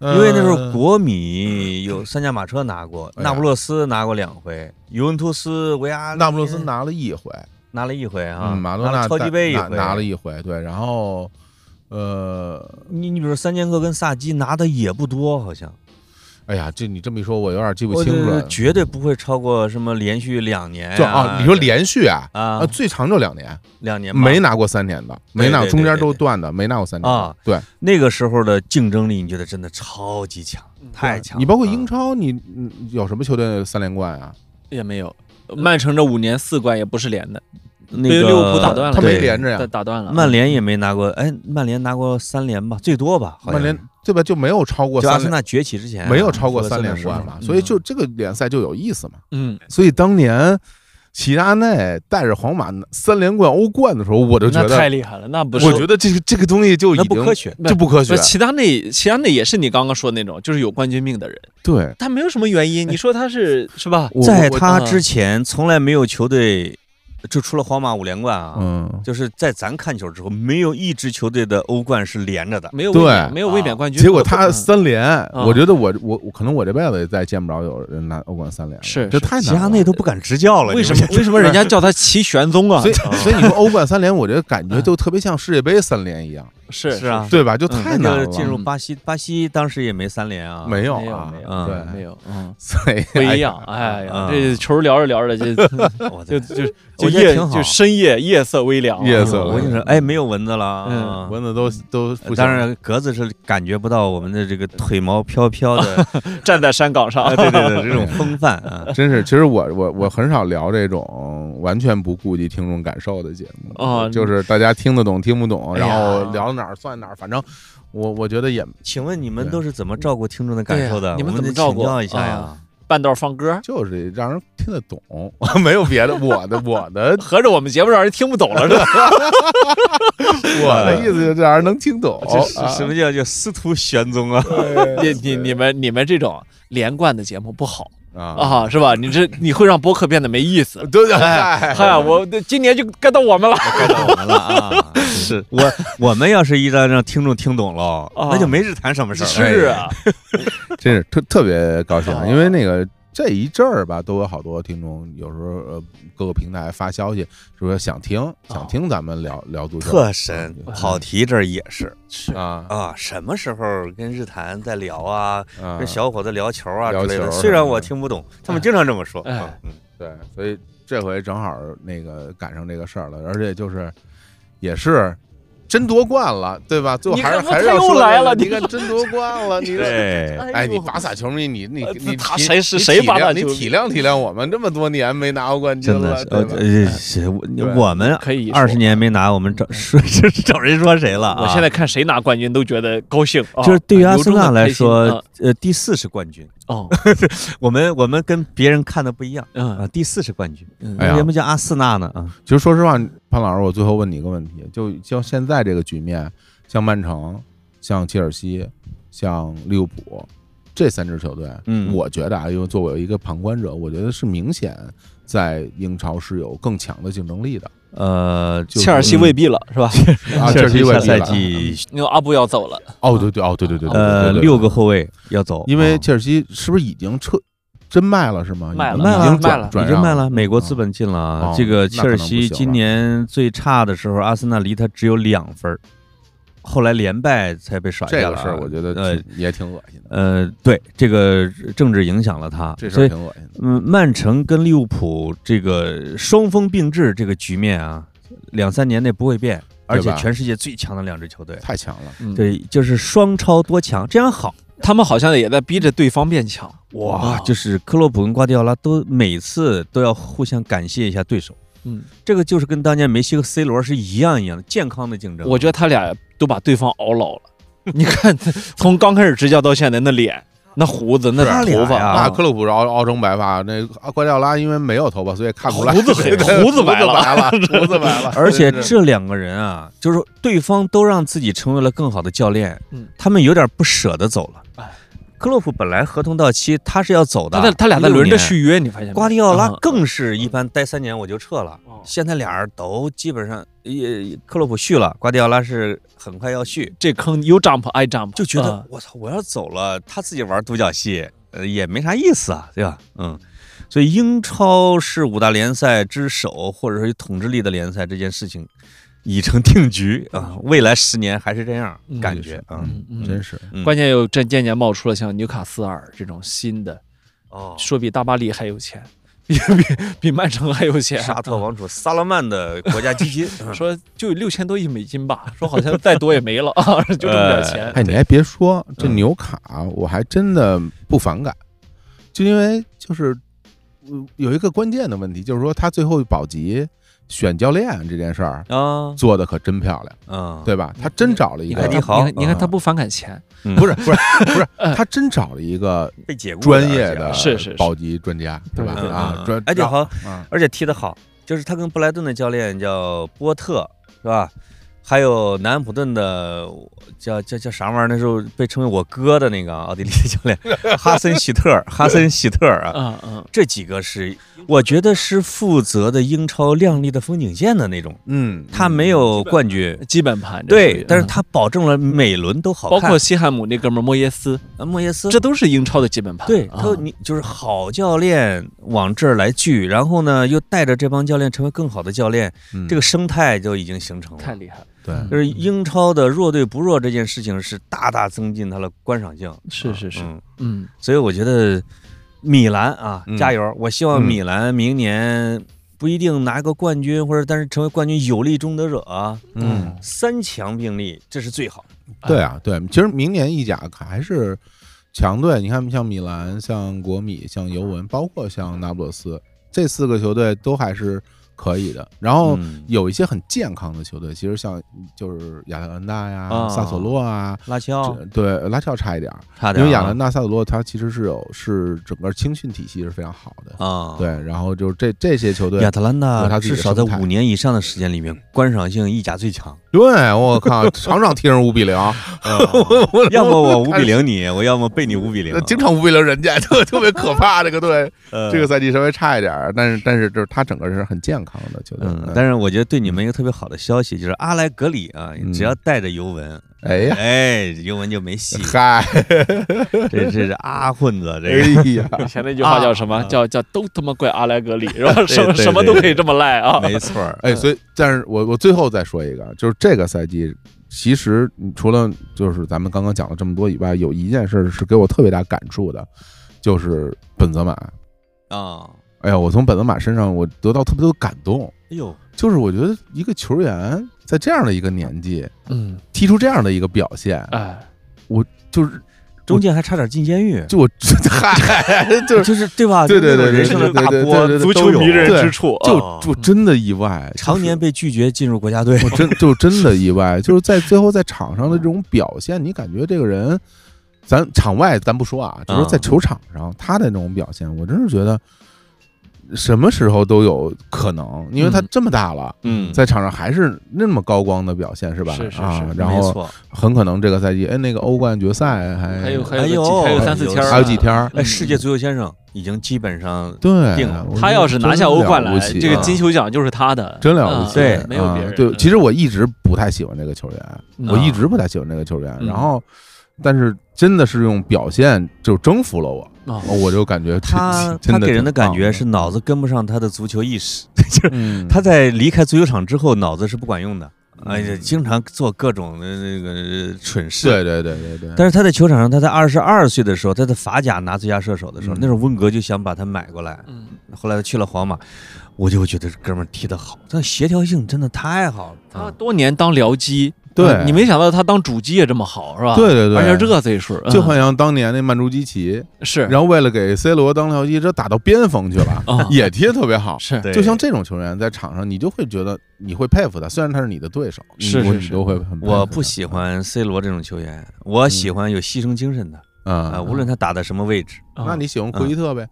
因为那时呃候国米有三驾马车拿过，哎呀那不勒斯拿过两回，尤文图斯、维阿呃那不勒斯拿了一回，拿了一回啊，嗯，马多拿纳了超级带杯一拿回，拿了。一回，对，然后呃，你你比如三剑客跟萨基拿的也不多，好像哎呀，这你这么一说，我有点记不我清楚觉得了。绝对不会超过什么连续两年就啊，你说连续啊，啊啊，最长就两年，两年吧没拿过三年的，没拿，对对中间都对对断的，没拿过三年啊。对，那个时候的竞争力，你觉得真的超级强，太强嗯啊了。你包括英嗯超，你嗯有什么球队三连冠啊？也没有。曼城这五年四冠也不是连的，那被个利物浦打断了他没对连着呀打，打断了。曼联也没拿过，哎，曼联拿过三连吧，最多吧，好像曼联对吧就没有超过就阿三森连，纳崛起之前啊没有超过说的三这么连冠说嘛，嗯所以就这个联赛就有意思嘛。嗯，所以当年齐达内带着皇马三连冠欧冠的时候，我就觉那得太厉害了，那不是我觉得啊这个这个东西就已那经不科学。这不科学不。齐达内，齐达内也是你刚刚说的那种，就是有冠军命的人，对，他没有什么原因。你说他是是吧？我在我他嗯之前，从来没有球队，就除了皇马五连冠啊，嗯，就是在咱看球之后，没有一支球队的欧冠是连着的。没有卫冕对啊没有卫冕冠军。结果他嗯三连，嗯我觉得我我我可能我这辈子也再也见不着有人拿欧冠三连了，是这是太齐难达了。内都不敢执教了，为你什们么为什么人家叫他齐玄宗啊 嗯所？以，所以你说欧冠三连，我觉得感觉就特别像世界杯三连一样，是 是啊对嗯吧？就太难那了就，进入巴西，巴西当时也没三连啊，没有没有啊没，有嗯对，没 有，嗯，所以不一样。哎呀，嗯这球聊着聊着 就我就的就就我觉得夜哦挺好啊就深夜夜色微凉啊，夜色嗯我跟你说，哎，没有蚊子了啊。蚊子都嗯都不行当然，格子是感觉不到我们的这个腿毛飘飘的，嗯站在山岗上 啊，对对对，这种风范 啊。真是，其实我我我很少聊这种完全不顾及听众感受的节目啊就是大家听得懂听不懂，哎呀然后聊到哪儿算哪儿，反正我我觉得也请问你们都是怎么照顾听众的感受对呀的？你们我怎么得照顾请教一下啊呀？半道放歌，就是让人听得懂， 没有别的，我的我的合着我们节目让人听不懂了是吧？ 我的意思就是让人能听懂，这是啊什么叫叫师徒玄宗啊？你你你们你们这种连贯的节目不好啊？啊，是吧？你这你会让播客变得没意思。对对，哎嗨，我今年就该到我们了。该到我们了啊！ 是我我们要是一旦让听众听懂了，啊那就没日谈什么事儿。哎是啊，真是特特别高兴，哦啊因为那个这一阵儿吧，都有好多听众，有时候呃各个平台发消息说想听，想听咱们聊聊足球，哦特神嗯跑题这儿也是啊啊，什么时候跟日坛在聊啊？啊跟，小伙子聊球啊聊之类球的。什虽么然的我听不懂，他们经常这么说。哎啊嗯对，所以这回正好那个赶上这个事儿了，而且就是也是真夺冠了，对吧？最后你还看是我还是他要又说来这个了你你看真夺冠了，你这。对，哎，呦你巴萨球迷，你你呃你他体谁是你谁体巴萨谅你球迷体谅体谅我们这么多年没拿过冠军真的了是，，对呃吧？哎呃，是我对我们可以二说十啊年没拿，我们嗯找说找人说谁了啊？我现在看谁拿冠军都觉得高兴，啊哦就是对于由阿衷森地纳来开心说嗯啊，呃，第四是冠军。哦，我们我们跟别人看的不一样啊，嗯，第四是冠军。呃嗯哎呀为什么叫阿森纳呢？啊，其实说实话，潘老师，我最后问你一个问题，就像现在这个局面，像曼城、像切尔西、像利物浦这三支球队，嗯我觉得啊，因为作为一个旁观者，我觉得是明显在英超是有更强的竞争力的呃，就切尔西嗯未必了，是吧？啊。切切尔尔西西未下必赛了季因为阿布要走了，哦，对对哦，对对对，对呃对对对六个后卫要走，因为啊切尔西是不是已经撤真卖了是吗？卖了卖已了经转卖了转啊已经让嗯卖了，美国资本进了啊。哦这个那切可尔能不西行今了年最差的时候，阿森纳离他只有两分儿，后来连败才被耍这下个了啊。事儿，我觉得呃挺也挺恶心的，呃，对，这个政治影响了他，这事所儿以挺恶心的。嗯，曼城跟利物浦这个双峰并峙这个局面啊，两三年内不会变，而且吧全世界最强的两支球队，太强了，嗯，对，就是双超多强，这样好他们好像也在逼着对方变强，哇！就是克洛普跟瓜迪奥拉都每次都要互相感谢一下对手，嗯，这个就是跟当年梅西和 C 罗是一样一样的健康的竞争。我觉得他俩都把对方熬老了。 你看，从刚开始执教到现在，那脸、那胡子、那啊他俩头发啊呀那克洛普是熬熬成白发，那瓜迪奥拉因为没有头发，所以看不出来胡子黑对胡子白白了了， 胡子啊白了。而且真是这两个人啊，就是对方都让自己成为了更好的教练，嗯他们有点不舍得走了哎。克洛普本来合同到期，他是要走的，他俩他俩在16轮着年续约，你发现没？瓜迪奥拉嗯更是一般待三年我就撤了，哦现在俩人都基本上，也克洛普续了，瓜迪奥拉是很快要续，这坑 you jump I jump，就觉得嗯我操、我要走了，他自己玩独角戏，呃，也没啥意思啊，对吧？嗯，所以英超是五大联赛之首，或者说有统治力的联赛，这件事情已成定局啊，未来十年还是这样、嗯感觉啊。嗯嗯真是嗯关键又这渐渐冒出了像纽卡斯尔这种新的，哦说比大巴黎还有钱，比 比比曼城还有钱。沙特王储萨勒曼的国家基金，嗯嗯说就六千多亿美金吧，说好像再多也没了啊， 就这么点钱。哎，你还别说，这嗯纽卡我还真的不反感，就因为就是嗯有一个关键的问题，就是说他最后保级选教练这件事儿啊做的可真漂亮，啊，对吧？他真找了一你个看，凯你迪豪看，你看他不反感钱，嗯不是不是不是， 他真找了一 个被解雇的专业而的且是是是保级专家，对吧？对对啊，专而且然后好，啊而且踢得好，就是他跟布莱顿的教练叫波特，是吧？还有南安普顿的叫叫叫啥玩意儿？那时候被称为我哥的那个奥地利的教 练哈森希特尔，哈森希特尔啊，嗯嗯，这几个是我觉得是负责的英超亮丽的风景线的那种，嗯，他没有冠军，嗯基本盘这属对于，但是嗯他保证了每轮都好包看，括西汉姆那哥们儿莫耶斯，括莫耶嗯斯这都是英超的基本盘。对，啊他说你就是好教练往这儿来聚，然后呢，又带着这帮教练成为更好的教练，嗯这个生态就已经形成太了。厉害了，对。就是英超的弱队不弱这件事情是大大增进它的观赏性，是是是嗯嗯，所以我觉得米兰啊嗯，加油！我希望嗯米兰明年不一定拿个冠军，或者但是成为冠军有力中得者啊，嗯，三强并立这是最好。对啊，对，其实明年意甲还是强队，你看像米兰、像国米、像尤文，包括像那不勒斯，这四个球队都还是可以的。然后嗯有一些很健康的球队，其实像就是亚特兰大呀、啊萨索洛啊，拉齐奥这对拉齐奥差一点儿，差点因啊，为亚特兰大、萨索洛它其实是有是整个青训体系是非常好的。啊，对，然后就是这这些球队亚，特兰有他大自己的至少在生态五年以上的时间里面，观赏性意甲最 强。对我靠，常常踢人五比零，嗯要么我五比零你，我要么被你五比零。啊经常五比零人家， 特特别可怕这个队。呃这个赛季稍微差一点儿，但是但是就是他整个人是很健康的球队。嗯，但是我觉得对你们一个特别好的消息就是阿莱格里啊，嗯只要带着尤 文，哎呀，。哎，尤文就没戏嗨，这这是阿混子，哎这个 呀，以前那句话叫什么？啊叫叫都他妈怪阿莱 格里，是吧？什么对对什么都可以这么赖啊！没错儿。哎，所以但是我我最后再说一个，就是这个赛季，其实你除了就是咱们刚刚讲了这么多以外，有一件事是给我特别大感触的，就是本泽马。啊，哎呀，我从本泽马身上我得到特别多的感动，哎呦，就是我觉得一个球员在这样的一个年纪嗯，踢出这样的一个表现，啊哎，就是中间还差点进监狱，哎就我 嗨，就是就是对吧？对对就对那种对人生对的对大对波，对对足球都有迷人对之处，就啊就真的意外，就是常年被拒绝进入国家 队。我真就真的意外，就是在最后在场上的这种表现，你感觉这个人，咱场外咱不说啊，就嗯说在球场上他的那种表现，我真是觉得什么时候都有可能，因为他嗯这么大了，嗯在场上还是那么高光的表现，是吧？是是啊是，然没后错，很可能这个赛季，哎，那个欧冠决赛还还有还哎有个呦几还有三四有天儿还有几天儿，哎，嗯世界足球先生已经基本上对，定了我他要是拿下欧冠真来了不，起这个啊金球奖就是他的，真了不起，啊嗯对没有别啊人。嗯对，其实我一直不太喜欢这个球员，嗯我一直不太喜欢这个球员。嗯然后，但是真的是用表现就征服了我，哦啊我就感觉这他真他给挺人的哦感棒觉是，脑子跟不上他的足球意 识，嗯他在离开足球场之后脑子是不管用的，哎呀，经常做各种的那个蠢事。对对对对对，但是他在球场上，他在二十二岁的时候，他在法甲拿最佳射手的时候，嗯那时候温格就想把他买过来，嗯后来他去了皇马，我就觉得这哥们儿踢得好，他协调性真的太好了。他哦多年当僚机，对呃啊你没想到他当主机也这么好，是吧？对对对而且这岁数就嗯好像当年那曼朱基奇，嗯是然后为了给 C 罗当僚机，这打到边锋去 了，啊也踢得特别好。是哦对就像这种球员在场上，你就会觉得你会佩服他，虽然他是你的对手，你是我是你是都会很佩服他。我不喜欢 C 罗这种球员，我喜欢有牺牲精神的啊、啊，无论他嗯打在什么 位置。啊嗯那你喜欢库伊特呗，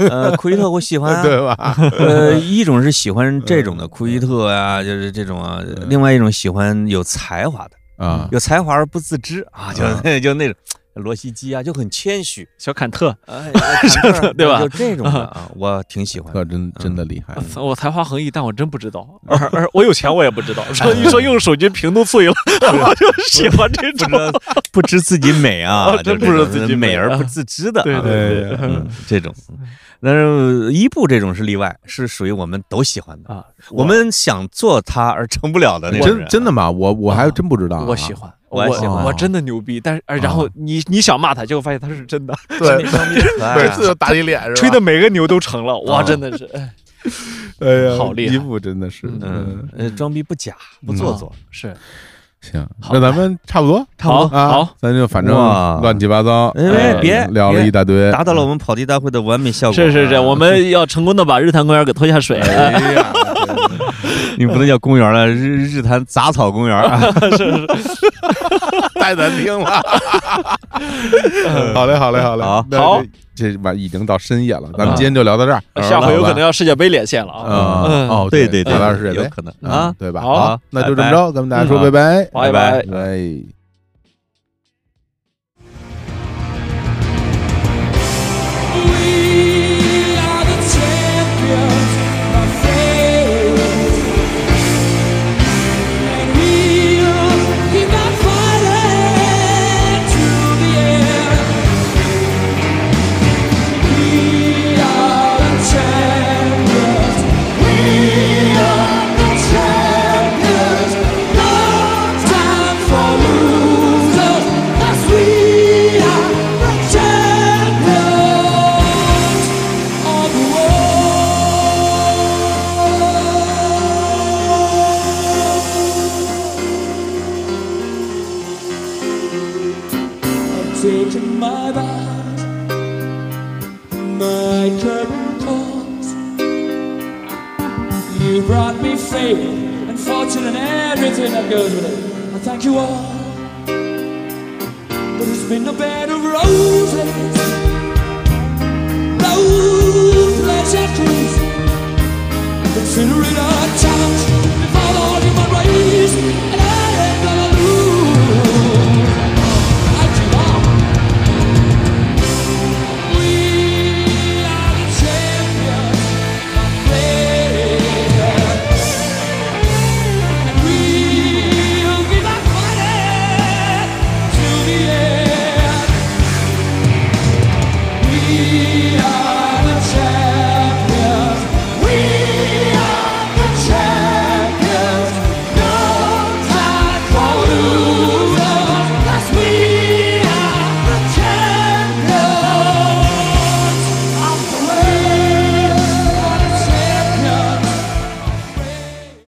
呃，库伊特我喜欢、啊， 对吧？呃，一种是喜欢这种的嗯库伊特啊，就是这种啊；另外一种喜欢有才华的，啊，有才华而不自知啊，就、嗯 就那种罗西基啊，就很谦虚，小坎特，哎， 坎特对吧就这种的啊， 我挺喜欢。特真真的厉害。呃我才华横溢，但我真不知道， 而而我有钱我也不知道，说一说用手机屏都碎了，我就喜欢这不种知。道不知自己美啊，啊真就不知道是自己美美而啊不自知 的啊，对对对嗯， 这种。但是伊布这种是例外，是属于我们都喜欢的啊，我们想做他而成不了的那嗯种真人。真的吗？我我还啊真不知道啊。我喜欢，我也喜欢我真的牛逼，但是哎然后你你想骂他，结果发现他是真的，对，啊每对次就打你脸是吧？吹的每个牛都成了，哇，啊真的是，哎哎呀，好厉害衣服真的是嗯嗯，呃装逼不假，不做作。是行，好那咱们差不多，差不好多啊好，咱就反正哇乱七八糟，哎呃别聊了别一大堆，达到了我们跑题大会的完美效果。是是是，我们要成功的把日坛公园给拖下水，哎呀，你不能叫公园了，日日坛杂草公园 啊。太难听了。 好嘞，好嘞，好嘞，好那好啊这，这晚已经到深夜了，咱们今天就聊到这儿， 下回有可能要世界杯连线了嗯啊，嗯哦，对对对，聊到世界有杯可能嗯啊。对吧？好好，那就这么拜拜着，跟大家说拜嗯拜拜，拜。拜。 We are the champions of the world. I've taken my vows, my curtain calls. You brought me faith and fortune and everything that goes with it. I thank you all. But it's been a bed of roses road pleasure cruise. Consider it all.